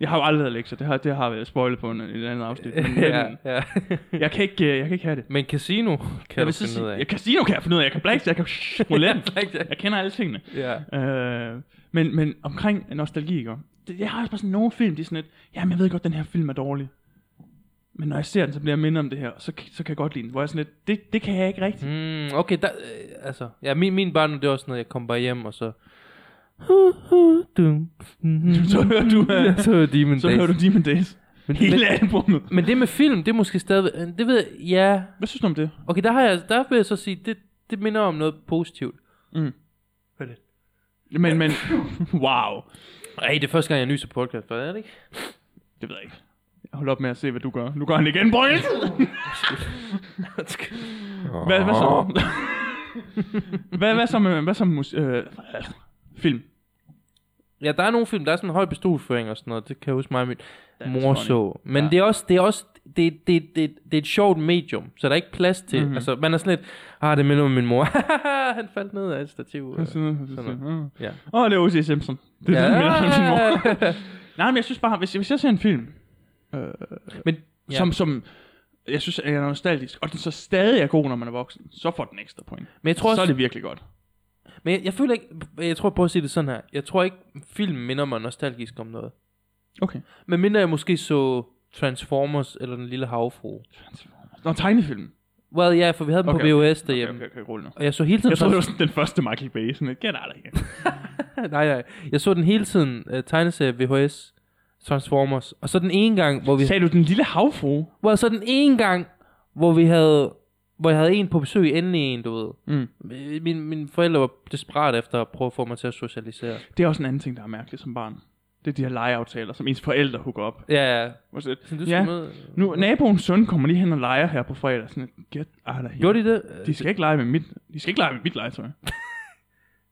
Speaker 2: Jeg har jo aldrig lavet lektier. Det har, det har jeg spoilet på en, et andet afsnit. Men,
Speaker 1: ja,
Speaker 2: men,
Speaker 1: ja.
Speaker 2: jeg, kan ikke, øh, jeg kan ikke have det.
Speaker 1: Men casino kan
Speaker 2: Jeg
Speaker 1: du
Speaker 2: vil så
Speaker 1: finde
Speaker 2: sige,
Speaker 1: ud af.
Speaker 2: jeg, casino kan jeg finde ud af. Jeg kan blackjack, jeg kan roulette.
Speaker 1: Blackjack.
Speaker 2: Jeg kender alle tingene.
Speaker 1: Ja.
Speaker 2: Øh, Men, men omkring nostalgi, ikke? Det, jeg har også bare sådan nogle film, de er sådan lidt, jamen jeg ved godt, den her film er dårlig. Men når jeg ser den, så bliver jeg mindet om det her, og så, så kan jeg godt lide den. Hvor jeg er sådan lidt, det, det kan jeg ikke rigtigt.
Speaker 1: Mm, okay, der, øh, altså, ja, min, min barndom, det var sådan noget, jeg kom bare hjem, og så...
Speaker 2: Så hører du, øh,
Speaker 1: så hører Demon
Speaker 2: så
Speaker 1: Mm. Days.
Speaker 2: hører du Demon Days.
Speaker 1: Men-
Speaker 2: Hele
Speaker 1: men-
Speaker 2: albumet.
Speaker 1: Men det med film, det er måske stadig... øh, Det ved jeg, ja...
Speaker 2: Hvad synes du om det?
Speaker 1: Okay, der, har jeg, der vil jeg så sige, det, det minder om noget positivt.
Speaker 2: Mm.
Speaker 1: Hvad er det?
Speaker 2: Men, men, wow.
Speaker 1: Ej, det er første gang, jeg nyser på podcast, hvad er det ikke?
Speaker 2: Det ved jeg ikke. Jeg holder op med at se, hvad du gør. Nu gør han igen, Brøl! Hvad, hvad så? hvad, hvad så med, hvad så med mus- øh, film?
Speaker 1: Ja, der er nogle film, der er sådan en høj pistolføring og sådan noget. Det kan jeg huske mig og min mor
Speaker 2: funny.
Speaker 1: så. Men
Speaker 2: Ja.
Speaker 1: ja. det er også, det er også det, det, det, det er et sjovt medium, så der er ikke plads til.
Speaker 2: Mhm.
Speaker 1: Mm-hmm. Altså, man er sådan lidt, ah, det minder om min mor. han faldt ned af et stativ.
Speaker 2: Åh,
Speaker 1: sådan Ja.
Speaker 2: oh, det er O.C. Simpson. Det er ja. det, der minder om sin mor. Nej, men jeg synes bare, hvis, hvis jeg ser en film, øh,
Speaker 1: Men,
Speaker 2: ja.
Speaker 1: Ja.
Speaker 2: som, som jeg synes er nostalgisk, og den så stadig er god, når man er voksen, så får den ekstra point.
Speaker 1: men jeg tror
Speaker 2: så
Speaker 1: også,
Speaker 2: er det virkelig godt.
Speaker 1: men jeg, jeg føler ikke, jeg tror, prøv at sige det sådan her. Jeg tror ikke, film minder mig nostalgisk om noget.
Speaker 2: Okay.
Speaker 1: Men mindre jeg måske så Transformers eller Den Lille Havfru.
Speaker 2: Nå, tegnefilm.
Speaker 1: Well, ja, yeah, for vi havde dem
Speaker 2: Okay,
Speaker 1: okay. på VHS
Speaker 2: Okay,
Speaker 1: derhjemme.
Speaker 2: okay, okay, rulle nu.
Speaker 1: Og jeg så hele tiden...
Speaker 2: Jeg troede, det var sådan den første Michael Bay. Sådan, et, get out of here.
Speaker 1: nej, nej. Jeg så den hele tiden, uh, tegneserie VHS, Transformers. Og så den ene gang, hvor vi...
Speaker 2: Sagde du den lille havfru?
Speaker 1: Well, så den ene gang, hvor vi havde... Hvor jeg havde en på besøg, endelig en, du ved.
Speaker 2: Mm.
Speaker 1: Øh, Min, mine forældre var desperat efter at prøve at få mig til at socialisere.
Speaker 2: Det er også en anden ting, der er mærkelig som barn. Det er de her legeaftaler, som ens forældre hooker op.
Speaker 1: Ja, ja.
Speaker 2: Hvor sådan lidt,
Speaker 1: Sådan, du
Speaker 2: Ja.
Speaker 1: ja. Med.
Speaker 2: Nu, naboens søn kommer lige hen og leger her på fredag. Sådan, lidt, get out of here.
Speaker 1: Gjorde de det?
Speaker 2: De skal ikke lege med mit, de skal ikke lege med mit legetøj.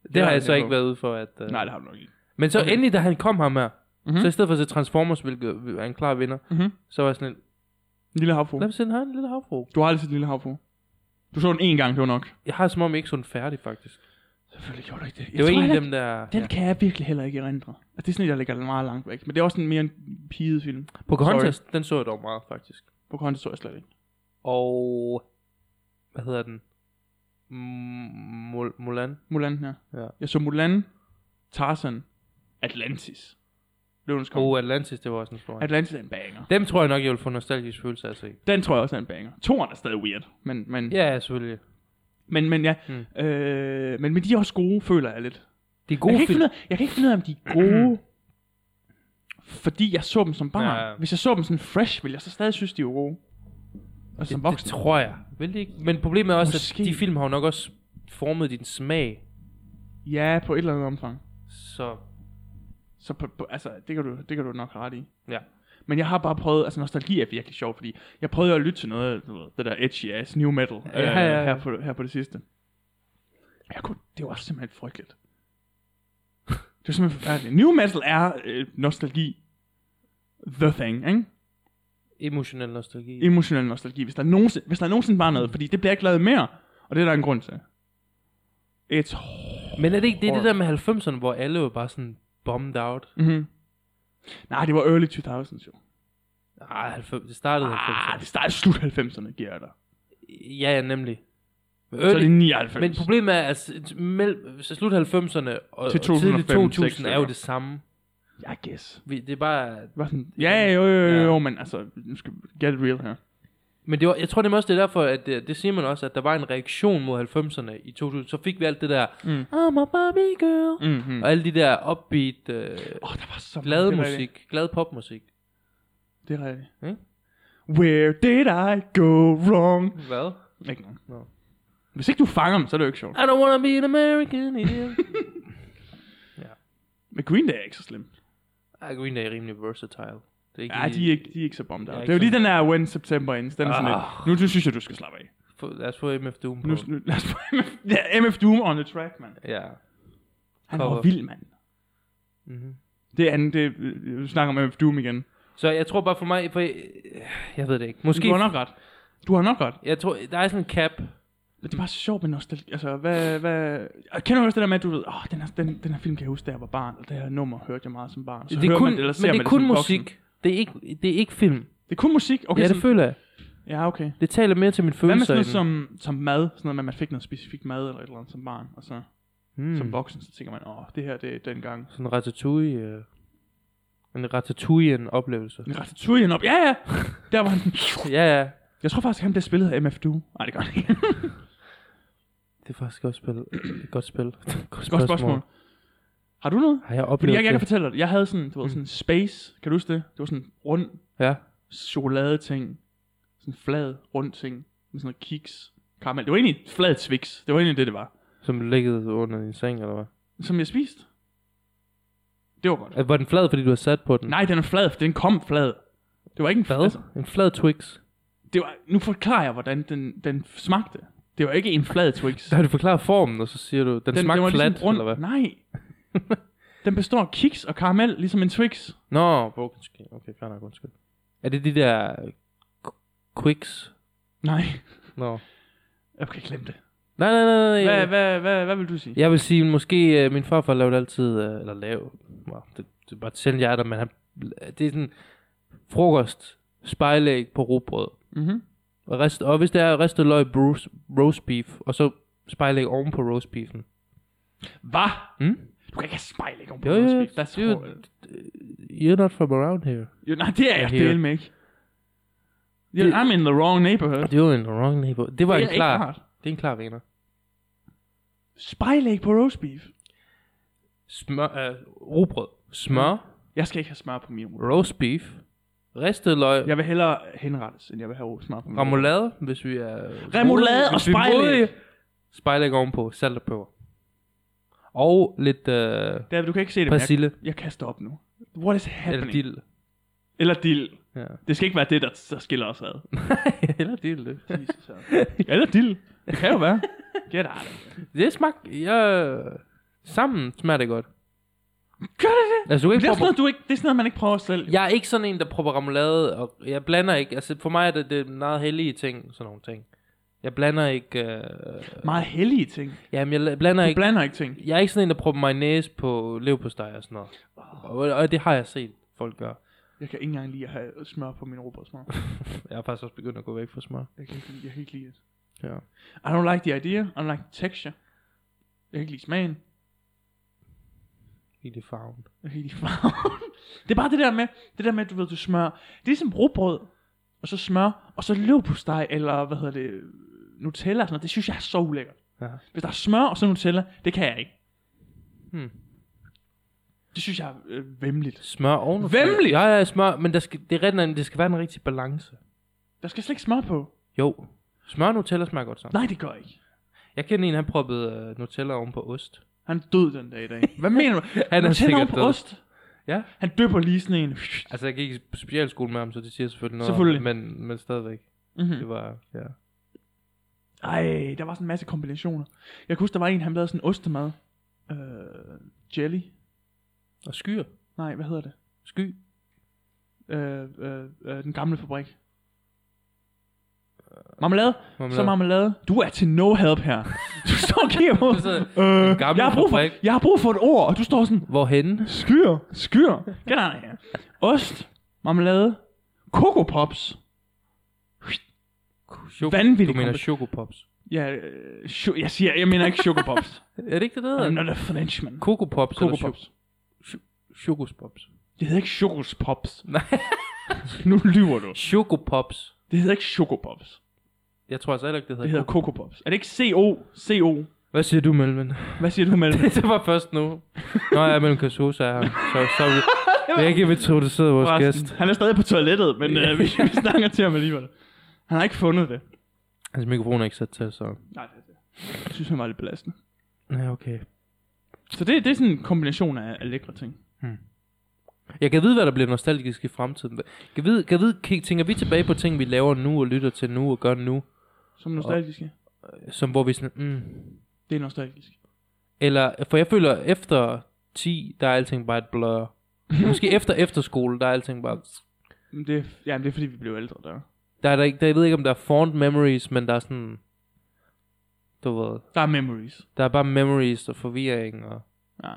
Speaker 1: det, det har
Speaker 2: er
Speaker 1: jeg så
Speaker 2: jeg
Speaker 1: ikke
Speaker 2: på.
Speaker 1: været ude for. At, uh...
Speaker 2: Nej, det har du nok ikke.
Speaker 1: Men så
Speaker 2: Okay.
Speaker 1: okay. endelig, da han kom ham her,
Speaker 2: Mhm.
Speaker 1: mm-hmm. så i stedet for at se Transformers, hvilket er en klar vinder,
Speaker 2: Mhm.
Speaker 1: så var jeg sådan lidt,
Speaker 2: En lille havfru.
Speaker 1: lad mig se den her, en lille havfru.
Speaker 2: Du har aldrig set en lille havfru. Du så den en gang, det var nok.
Speaker 1: Jeg har som om jeg ikke så den færdig, faktisk.
Speaker 2: Selvfølgelig gjorde du ikke det. Jeg
Speaker 1: Det var
Speaker 2: tror
Speaker 1: en af
Speaker 2: heller
Speaker 1: dem, der...
Speaker 2: ikke- Den kan jeg virkelig heller ikke erindre. Altså, det er sådan et, der ligger meget langt væk. Men det er også sådan mere en piget film.
Speaker 1: Pocahontas, Sorry. den så jeg dog meget, faktisk.
Speaker 2: På grund så jeg slet ikke.
Speaker 1: Og... Hvad hedder den? M- Mul- Mulan?
Speaker 2: Mulan her.
Speaker 1: Ja.
Speaker 2: Jeg så Mulan, Tarzan, Atlantis. Løvens Konge.
Speaker 1: Og oh, Atlantis, det var også en stor. en.
Speaker 2: Atlantis er Mm. en banger.
Speaker 1: Dem tror jeg nok, jeg vil få nostalgisk følelse af at se.
Speaker 2: Den tror jeg også er en banger. Toren er stadig weird. Men, men,
Speaker 1: Ja, ja, selvfølgelig.
Speaker 2: men, men ja.
Speaker 1: Mm.
Speaker 2: Øh, men, men de er også gode, føler jeg lidt.
Speaker 1: De er
Speaker 2: jeg, kan
Speaker 1: gode
Speaker 2: ikke
Speaker 1: film.
Speaker 2: finde, ud af- jeg kan ikke finde ud af, om de er gode. fordi jeg så dem som barn.
Speaker 1: Ja, ja.
Speaker 2: Hvis jeg så dem sådan fresh, ville jeg så stadig synes, de var gode. Og som
Speaker 1: Det, det
Speaker 2: voksen.
Speaker 1: tror jeg. Vil de ikke? Men problemet er også,
Speaker 2: Måske.
Speaker 1: at de film har jo nok også formet din smag.
Speaker 2: Ja, på et eller andet omfang.
Speaker 1: Så
Speaker 2: Så på, på, altså, det kan, du, det kan du nok have ret i.
Speaker 1: ja.
Speaker 2: Men jeg har bare prøvet, altså nostalgi er virkelig sjovt, fordi jeg prøvede at lytte til noget, du ved, det der edgy ass new metal, øh,
Speaker 1: Ja, ja, ja.
Speaker 2: Her, på, her på det sidste. Jeg kunne, det var simpelthen frygteligt. Det var simpelthen forfærdeligt. New metal er øh, nostalgi. The thing, ikke?
Speaker 1: Emotionel nostalgi.
Speaker 2: Emotionel nostalgi, hvis der, nogensinde, hvis der nogensinde var noget, fordi det bliver ikke lavet mere, og det er der en grund til. It's
Speaker 1: Men er det ikke det, er det der med 90'erne, hvor alle var bare sådan bombed out?
Speaker 2: mm-hmm. Nej, det var early 2000s jo.
Speaker 1: Ah, 90, det startede
Speaker 2: Ah,
Speaker 1: 90'erne.
Speaker 2: det startede slut 90'erne, giver jeg dig.
Speaker 1: Ja, ja, nemlig. Men,
Speaker 2: Så er det
Speaker 1: early,
Speaker 2: 99.
Speaker 1: men problemet er, at s- mellem, så slut 90'erne og,
Speaker 2: Til
Speaker 1: til og tidligt
Speaker 2: 2005,
Speaker 1: 2000 er jo
Speaker 2: sikkert.
Speaker 1: det samme.
Speaker 2: I guess.
Speaker 1: Vi, det er bare...
Speaker 2: Var sådan, ja, jo, jo, jo,
Speaker 1: Ja.
Speaker 2: jo, men altså, nu skal vi get it real her.
Speaker 1: Men det var, jeg tror det er også, det er derfor, at det, det siger man også, at der var en reaktion mod 90'erne i 2000. Så fik vi alt det der,
Speaker 2: Mm.
Speaker 1: mm. I'm a Barbie girl, mm.
Speaker 2: Mm-hmm.
Speaker 1: og alle de der upbeat, øh,
Speaker 2: Åh, oh, der var så
Speaker 1: glade
Speaker 2: det er rigtigt.
Speaker 1: musik, glad popmusik.
Speaker 2: Det er rigtigt.
Speaker 1: Mm?
Speaker 2: Where did I go wrong?
Speaker 1: Hvad?
Speaker 2: Ikke nogen.
Speaker 1: Nå.
Speaker 2: Hvis ikke du fanger dem, så er det jo ikke sjovt.
Speaker 1: I don't wanna be an American idiot.
Speaker 2: Men Green Day er ikke så slem.
Speaker 1: Ej, Green Day er rimelig versatile. Det er ikke
Speaker 2: Ja, de er ikke, de er ikke så bombed
Speaker 1: Jeg er
Speaker 2: out. Det
Speaker 1: ikke
Speaker 2: er jo lige
Speaker 1: så-
Speaker 2: den der When September Ends. Den er sådan
Speaker 1: Ah.
Speaker 2: lidt, nu, nu synes jeg, du skal slappe af.
Speaker 1: Få, lad os få MF Doom på.
Speaker 2: Nu, nu lad os få MF, ja, MF Doom on the track, mand.
Speaker 1: Ja.
Speaker 2: Han var
Speaker 1: Cover.
Speaker 2: vild, mand.
Speaker 1: Mm-hmm.
Speaker 2: Det er andet, det, øh, vi snakker om MF Doom igen.
Speaker 1: Så jeg tror bare for mig, for, øh, jeg ved det ikke. Måske,
Speaker 2: Du har nok ret. Du har nok ret.
Speaker 1: jeg tror, der er sådan en cap.
Speaker 2: Det er bare så sjovt med nostalgi. Altså, hvad, hvad... Jeg kender du også det der med, at du ved, åh, den, her, den, den her film kan jeg huske, da jeg var barn, og det her nummer hørte jeg meget som barn. Så
Speaker 1: det
Speaker 2: hører
Speaker 1: er kun,
Speaker 2: man det, eller ser
Speaker 1: men det
Speaker 2: man
Speaker 1: er kun
Speaker 2: som voksen.
Speaker 1: musik. Det er, ikke, det er ikke film.
Speaker 2: Det er kun musik? Okay,
Speaker 1: Okay, ja, det
Speaker 2: sådan-
Speaker 1: føler jeg.
Speaker 2: ja, okay.
Speaker 1: Det taler mere til min
Speaker 2: Hvad med
Speaker 1: følelse.
Speaker 2: sådan noget som, som mad? Sådan noget med, at man fik noget specifikt mad eller et eller andet som barn, og så...
Speaker 1: Mm.
Speaker 2: som voksen, så tænker man, åh, det her, det er dengang.
Speaker 1: Sådan en ratatouille... Øh, en ratatouille-oplevelse.
Speaker 2: En ratatouille op, ja, ja, der var han.
Speaker 1: Ja, ja.
Speaker 2: Jeg tror faktisk, han bliver spillet af MF Doom. Nej, det gør han ikke.
Speaker 1: Det er faktisk et godt spil. Et godt spil. godt spørgsmål.
Speaker 2: Godt spørgsmål. Har du noget?
Speaker 1: Har jeg
Speaker 2: Fordi
Speaker 1: oplevet
Speaker 2: jeg, jeg kan
Speaker 1: det?
Speaker 2: fortælle dig, jeg havde sådan, du ved,
Speaker 1: Mm.
Speaker 2: sådan space, kan du huske det? Det var sådan en rund
Speaker 1: Ja.
Speaker 2: chokoladeting, sådan en flad, rund ting, med sådan noget kiks, karamel. Det var egentlig et flad Twix, det var egentlig det, det var,
Speaker 1: Som liggede under din seng, eller hvad?
Speaker 2: som jeg spiste. Det var godt.
Speaker 1: Altså, Var den flad, fordi du har sat på den?
Speaker 2: Nej, den er flad, for den kom flad. Det var ikke en flad.
Speaker 1: Hvad?
Speaker 2: Altså,
Speaker 1: En flad Twix.
Speaker 2: det var, nu forklarer jeg, hvordan den, den smagte. Det var ikke en flad Twix.
Speaker 1: Der har du forklaret formen, og så siger du, den, den smagte
Speaker 2: var
Speaker 1: flat,
Speaker 2: ligesom rund.
Speaker 1: eller hvad?
Speaker 2: Nej. den består af kiks og karamel, ligesom en Twix.
Speaker 1: Nå, broken skin. Okay, fair nok, undskyld. Er det de der øh, qu- quicks?
Speaker 2: Nej,
Speaker 1: Nå.
Speaker 2: jeg kan glemme det.
Speaker 1: Nej, nej, nej, nej.
Speaker 2: Hvad, hvad, hvad, hvad vil du sige?
Speaker 1: Jeg vil sige, måske øh, min farfar lavede altid, øh, eller lav, wow, det, det er bare sjældent, jeg er der, men han, det er sådan frokost, spejlæg på rugbrød.
Speaker 2: Mm-hmm.
Speaker 1: Og, rest, og hvis det er ristet løg, bruce, roast beef, og så spejlæg oven på roast beefen.
Speaker 2: Hvad?
Speaker 1: Hmm?
Speaker 2: Du kan ikke have spejl, ikke? om
Speaker 1: Jo, jo,
Speaker 2: Bruce
Speaker 1: jo,
Speaker 2: Lee. That's
Speaker 1: det er jo-
Speaker 2: horrible.
Speaker 1: You're not from around here.
Speaker 2: Jo, nej, det er jeg
Speaker 1: Helt.
Speaker 2: del med ikke. Yeah, I'm in the wrong neighborhood.
Speaker 1: Det var en wrong neighbor. Det var
Speaker 2: Det
Speaker 1: det
Speaker 2: er
Speaker 1: en klar,
Speaker 2: ikke rart.
Speaker 1: det er en klar vinder.
Speaker 2: Spejlæg på roast beef.
Speaker 1: Smør, øh, rugbrød, smør,
Speaker 2: Jeg skal ikke have smør på min rugbrød.
Speaker 1: roast beef, ristet løg,
Speaker 2: Jeg vil hellere henrettes, end jeg vil have smør på min rugbrød.
Speaker 1: remoulade, hvis vi er...
Speaker 2: Remoulade og
Speaker 1: hvis vi er
Speaker 2: spejlæg.
Speaker 1: modige. Spejlæg ovenpå, salt og peber. Og lidt øh,
Speaker 2: David, du kan ikke se det, men jeg,
Speaker 1: persille,
Speaker 2: jeg kaster op nu. What is happening?
Speaker 1: eller dild.
Speaker 2: Eller dild.
Speaker 1: Ja.
Speaker 2: Det skal ikke være det, der, der skiller os ad.
Speaker 1: eller dild, det.
Speaker 2: Jesus, ja, eller dild. Det kan jo være. Get out of here.
Speaker 1: Det smagte... Ja, sammen smager det godt.
Speaker 2: Gør det det?
Speaker 1: Altså, du kan
Speaker 2: Men det
Speaker 1: ikke
Speaker 2: er, sådan
Speaker 1: prøve,
Speaker 2: noget, du ikke, det er sådan noget, man ikke prøver selv. jo.
Speaker 1: jeg er ikke sådan en, der prøver remoulade, og jeg blander ikke. Altså, for mig er det, det er meget hellige ting, sådan nogle ting. Jeg blander ikke... Øh,
Speaker 2: Meget hellige ting.
Speaker 1: jamen, jeg la- blander
Speaker 2: Du
Speaker 1: ikke...
Speaker 2: blander ikke ting.
Speaker 1: Jeg er ikke sådan en, der prøver mayonnaise på leverpostej og sådan noget. Og, og det har jeg set folk gøre.
Speaker 2: Jeg kan ikke engang lide at have smør på min rugbrødsmør.
Speaker 1: Jeg er faktisk også begyndt at gå væk fra smør.
Speaker 2: Jeg kan ikke, jeg kan ikke lide det.
Speaker 1: Ja.
Speaker 2: I don't like the idea. I don't like the texture. Jeg kan ikke lide smagen.
Speaker 1: I det farven.
Speaker 2: Jeg kan ikke lide farven. Det er bare det der med, det der med, du ved, du smør. Det er ligesom rugbrød, og så smør, og så løvpostej, eller hvad hedder det, Nutella og sådan noget. Det synes jeg er så ulækkert.
Speaker 1: Ja.
Speaker 2: Hvis der er smør og så Nutella, det kan jeg ikke.
Speaker 1: Hmm.
Speaker 2: Det synes jeg er øh, vemmeligt.
Speaker 1: Smør ovenpå.
Speaker 2: Væmmeligt!
Speaker 1: Ja, ja, smør, men der skal, det er rigtigt, nok, det skal være en rigtig balance.
Speaker 2: Der skal slet ikke smør på.
Speaker 1: Jo. Smør og Nutella smager godt sammen.
Speaker 2: Nej, det gør jeg ikke.
Speaker 1: Jeg kender en, han proppede øh, Nutella oven på ost.
Speaker 2: Han er død den dag i dag. Hvad mener du?
Speaker 1: Han er
Speaker 2: Nutella
Speaker 1: sikkert
Speaker 2: på
Speaker 1: død.
Speaker 2: ost.
Speaker 1: Ja.
Speaker 2: Han døber lige sådan en.
Speaker 1: Altså, jeg gik i specialskole med ham, så det siger selvfølgelig noget.
Speaker 2: Selvfølgelig.
Speaker 1: Men, men stadigvæk.
Speaker 2: Mm-hmm.
Speaker 1: Det var, ja.
Speaker 2: Ej, der var sådan en masse kombinationer. Jeg kan huske, der var en, han lavede sådan en ostemad. Øh, jelly.
Speaker 1: Og skyer.
Speaker 2: Nej, hvad hedder det?
Speaker 1: Sky.
Speaker 2: Øh, øh, øh, den gamle fabrik. Marmelade?
Speaker 1: Øh, Marmelade.
Speaker 2: Så marmelade. Du er til no help her. Du står og kigger på.
Speaker 1: Du sidder-
Speaker 2: øh,
Speaker 1: Den gamle
Speaker 2: jeg, har brug for,
Speaker 1: fabrik.
Speaker 2: jeg har brug for et ord, og du står sådan.
Speaker 1: Hvorhenne?
Speaker 2: Skyr, skyr. Get out of here. Ost, marmelade, Coco Pops.
Speaker 1: Chok-
Speaker 2: Vanvittig
Speaker 1: Du mener
Speaker 2: kombi-
Speaker 1: chokopops.
Speaker 2: Ja, øh, cho- jeg siger, jeg mener ikke Choco Pops.
Speaker 1: Er det ikke det, der
Speaker 2: I'm
Speaker 1: hedder?
Speaker 2: not a Frenchman.
Speaker 1: Coco Pops
Speaker 2: Coco
Speaker 1: eller
Speaker 2: Pops.
Speaker 1: Chokopops.
Speaker 2: Det hedder ikke Chocos Pops.
Speaker 1: Nej.
Speaker 2: nu lyver du.
Speaker 1: Chokopops.
Speaker 2: Det hedder ikke Choco Pops.
Speaker 1: Jeg tror altså heller ikke, det hedder.
Speaker 2: Det hedder Coco Pops. Er det ikke C-O? C-O?
Speaker 1: Hvad siger du, Melvin?
Speaker 2: Hvad siger du med det?
Speaker 1: det var først nu. Nå ja, men Kasusa er her. Så, sorry. Vi har ikke introduceret vores gæst.
Speaker 2: Forresten, Han er stadig på toilettet, men øh, vi, vi snakker til ham alligevel. Han har ikke fundet det.
Speaker 1: Hans mikrofon er ikke sat til, så...
Speaker 2: Nej, det er det. Jeg synes, han var lidt belastende.
Speaker 1: Ja, okay.
Speaker 2: Så det, det er sådan en kombination af, af lækre ting.
Speaker 1: Jeg kan vide, hvad der bliver nostalgisk i fremtiden. Kan vide, kan vide, kig- tænker vi tilbage på ting, vi laver nu og lytter til nu og gør nu?
Speaker 2: Som nostalgiske.
Speaker 1: Som hvor vi sådan... Mm.
Speaker 2: Det er nostalgisk.
Speaker 1: Eller, for jeg føler, efter 10, der er alting bare et blur. Måske efter efterskole, der er alting bare...
Speaker 2: Men det, er- jamen, det er fordi, vi blev ældre der.
Speaker 1: Der er der ikke, der, jeg ved ikke, om der er fond memories, men der er sådan... Du ved,
Speaker 2: Der er memories.
Speaker 1: der er bare memories og forvirring og
Speaker 2: Ja,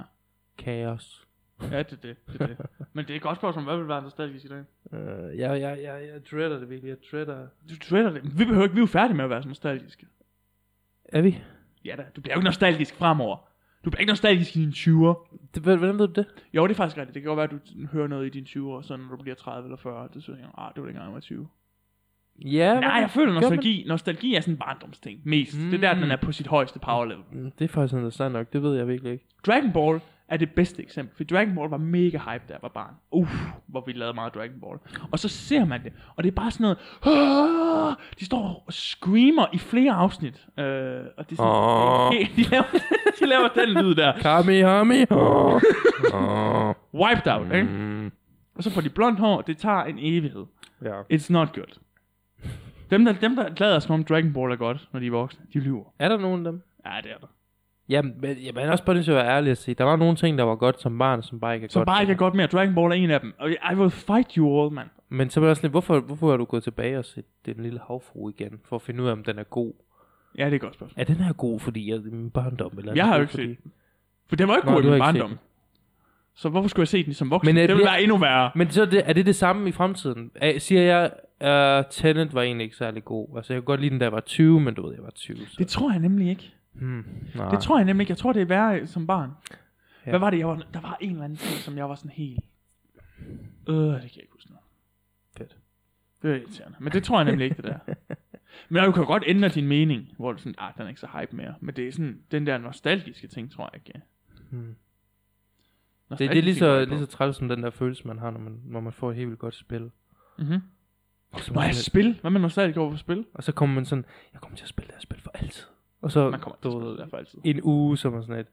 Speaker 1: kaos.
Speaker 2: ja det, er det, det er det. Men det er et godt spørgsmål, hvad vil være nostalgisk i dag?
Speaker 1: Uh, jeg, jeg, jeg, jeg dreader det virkelig, jeg dreader...
Speaker 2: Du twitter det. Vi behøver ikke, vi er jo færdige med at være så nostalgiske.
Speaker 1: Er vi?
Speaker 2: Ja da, du bliver jo ikke nostalgisk fremover. Du bliver ikke nostalgisk i dine 20'er.
Speaker 1: Det, h- hvordan ved du det?
Speaker 2: Jo, det er faktisk rigtigt. Det kan godt være, at du hører noget i dine 20'er, så når du bliver 30 eller 40, så synes jeg, ah, det var dengang jeg var 20.
Speaker 1: Ja,
Speaker 2: Nej,
Speaker 1: men-
Speaker 2: jeg føler
Speaker 1: gør
Speaker 2: nostalgi. Nostalgi er sådan en barndomsting. Mest. Mm. Det er der, den er på sit højeste power level.
Speaker 1: man- Mm, Det er faktisk interessant nok, det ved jeg virkelig ikke.
Speaker 2: Dragon Ball er det bedste eksempel, for Dragon Ball var mega hype, da jeg var barn. Uff, hvor vi lavede meget Dragon Ball. Og så ser man det, og det er bare sådan noget, "Åh!" de står og screamer i flere afsnit. Øh, og det er sådan,
Speaker 1: Åh.
Speaker 2: okay, de, laver, de laver den lyd der.
Speaker 1: Kami, hami. Åh. Åh.
Speaker 2: Wiped out, ikke?
Speaker 1: Mm.
Speaker 2: Og så får de blond hår, det tager en evighed.
Speaker 1: Ja.
Speaker 2: It's not good. Dem der, dem, der lader som om Dragon Ball er godt, når de er voksne, de lyver.
Speaker 1: Er der nogen af dem?
Speaker 2: Ja, det er der.
Speaker 1: Ja, men, ja, men også på det, så være ærlig at sige. Der var nogle ting, der var godt som barn, som bare ikke er
Speaker 2: Så
Speaker 1: godt.
Speaker 2: bare ikke er godt mere. Dragon Ball er en af dem. Og I will fight you all, mand.
Speaker 1: Men så var jeg også lidt, hvorfor, hvorfor er du gået tilbage og set den lille havfru igen, for at finde ud af, om den er god?
Speaker 2: Ja, det er et godt spørgsmål.
Speaker 1: Er den her god, fordi jeg er i min barndom? Eller er
Speaker 2: Jeg
Speaker 1: den
Speaker 2: har
Speaker 1: god,
Speaker 2: jo ikke
Speaker 1: fordi-
Speaker 2: set For den var ikke
Speaker 1: Nå,
Speaker 2: god i
Speaker 1: du
Speaker 2: min
Speaker 1: har ikke set
Speaker 2: barndom. Så hvorfor skulle jeg se den som
Speaker 1: Men,
Speaker 2: voksen? Men,
Speaker 1: øh,
Speaker 2: det ville
Speaker 1: bliver-
Speaker 2: være endnu værre.
Speaker 1: Men så er det, er det det samme i fremtiden? Er, siger jeg, at uh, Tenet var egentlig ikke særlig god? Altså, jeg kunne godt lide den, da jeg var 20, men du ved, jeg var 20. Så.
Speaker 2: Det tror jeg nemlig ikke.
Speaker 1: hmm, nej.
Speaker 2: Det tror jeg nemlig ikke. Jeg tror, det er værre øh, som barn.
Speaker 1: Ja.
Speaker 2: Hvad var det? Jeg var, der var en eller anden ting, som jeg var sådan helt... Øh, det kan jeg ikke huske noget.
Speaker 1: Fedt.
Speaker 2: Det er irriterende. Men det tror jeg nemlig ikke, det der. Men du kan jo godt ændre din mening, hvor du sådan, ah, den er ikke så hype mere. Men det er sådan, den der nostalgiske ting, tror jeg ikke.
Speaker 1: Hmm.
Speaker 2: Det,
Speaker 1: det, det er lige så, lige så træls som den der følelse, man har, når man, når man får et helt vildt godt spil.
Speaker 2: Mm-hmm.
Speaker 1: Og så,
Speaker 2: Nå,
Speaker 1: man
Speaker 2: jeg
Speaker 1: sådan,
Speaker 2: spil. Hvad med nostalgik over for spil?
Speaker 1: og så kommer man sådan, jeg kommer til at spille det her spil for altid. Og så
Speaker 2: Man kommer til
Speaker 1: du
Speaker 2: at spille
Speaker 1: ved,
Speaker 2: det der for altid.
Speaker 1: en uge, som er sådan et,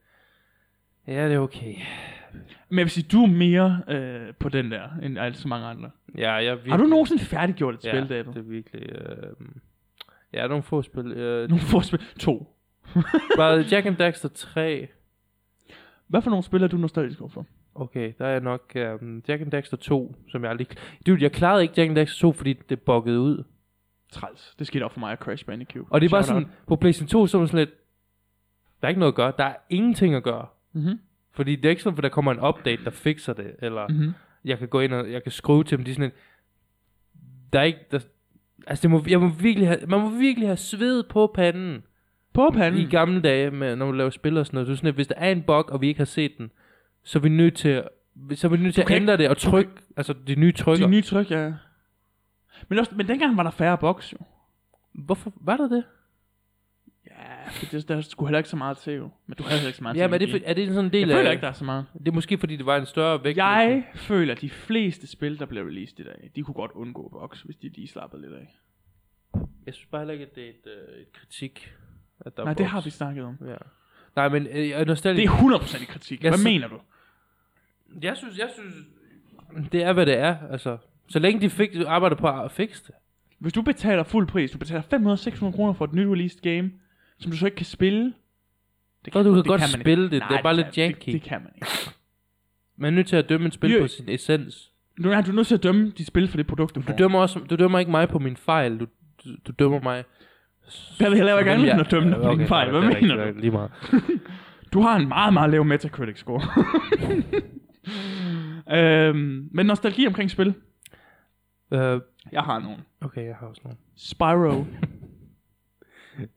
Speaker 1: ja, det er okay.
Speaker 2: Men jeg vil sige, du er mere øh, på den der, end alt så mange andre.
Speaker 1: Ja, jeg er virkelig,
Speaker 2: Har du nogensinde færdiggjort et
Speaker 1: ja,
Speaker 2: spil, David?
Speaker 1: det er virkelig... Øh, ja, nogle få spil. Øh,
Speaker 2: Nogle få spil. To.
Speaker 1: bare Jack and Daxter 3.
Speaker 2: Hvad for nogle spil er du nostalgisk overfor?
Speaker 1: Okay, der er jeg nok um, Jack and Daxter 2, som jeg aldrig... Dude, jeg klarede ikke Jack and Daxter 2, fordi det buggede ud.
Speaker 2: Træls. Det skete op for mig at Crash Bandicoot.
Speaker 1: Og det er bare
Speaker 2: Shout out.
Speaker 1: sådan, på PlayStation 2, så er man sådan lidt... Der er ikke noget at gøre. Der er ingenting at gøre.
Speaker 2: Mhm.
Speaker 1: Fordi det er ikke sådan, at der kommer en update, der fikser det. Eller
Speaker 2: Mhm.
Speaker 1: jeg kan gå ind og jeg kan skrive til dem. De er sådan lidt, Der er ikke... Der, altså, det må, jeg må virkelig have, man må virkelig have sved på panden.
Speaker 2: På panden.
Speaker 1: I gamle dage, med, når man laver spil og sådan noget. Så er det sådan, at hvis der er en bug, og vi ikke har set den, så er vi nødt til at så er vi nødt til at
Speaker 2: kan ikke-
Speaker 1: ændre det og trykke, altså de nye trykker.
Speaker 2: De nye tryk, ja. Men, også, men dengang var der færre boks, jo.
Speaker 1: Hvorfor var der det?
Speaker 2: Ja, for det, der skulle heller ikke så meget til, jo. Men du havde heller ikke så meget
Speaker 1: Ja,
Speaker 2: til.
Speaker 1: men er det, for- er det sådan en del
Speaker 2: Altså, Jeg føler
Speaker 1: af...
Speaker 2: ikke, der er så meget.
Speaker 1: Det er måske fordi, det var en større vægt.
Speaker 2: Jeg føler, at de fleste spil, der blev released i dag, de kunne godt undgå boks, hvis de lige slappede lidt af.
Speaker 1: Jeg synes bare heller ikke, at det er et, øh, et kritik. At der er
Speaker 2: Nej, det
Speaker 1: boks.
Speaker 2: har vi snakket om.
Speaker 1: Ja. Nej, men øh, jeg er
Speaker 2: Det
Speaker 1: nostalgisk.
Speaker 2: er 100% i kritik.
Speaker 1: Jeg
Speaker 2: Hvad
Speaker 1: sy-
Speaker 2: mener du?
Speaker 1: Det... Jeg synes, jeg synes... Det er, hvad det er, altså. Så længe de fik, arbejder på at fikse det.
Speaker 2: Hvis du betaler fuld pris, du betaler 500-600 kroner for et nyt released game, som du så ikke kan spille. Det
Speaker 1: Nå, du kan godt
Speaker 2: man
Speaker 1: spille
Speaker 2: ikke.
Speaker 1: det, det er bare
Speaker 2: kan-
Speaker 1: lidt janky.
Speaker 2: Det, det kan man ikke.
Speaker 1: Man er nødt til at dømme et spil
Speaker 2: Jo.
Speaker 1: på sin essens.
Speaker 2: Du, nej, du er nødt til at dømme dit spil for det produkt, du får.
Speaker 1: Du dømmer, også, du dømmer ikke mig på min fejl. Du, du, du dømmer mig...
Speaker 2: David, jeg laver ikke andet end at dømme dig på din fejl. Hvad mener du?
Speaker 1: Lige meget.
Speaker 2: Du har en meget, meget lav Metacritic-score. øhm, men nostalgi omkring spil.
Speaker 1: Øh,
Speaker 2: Jeg har nogen.
Speaker 1: okay, jeg har også nogle.
Speaker 2: Spyro,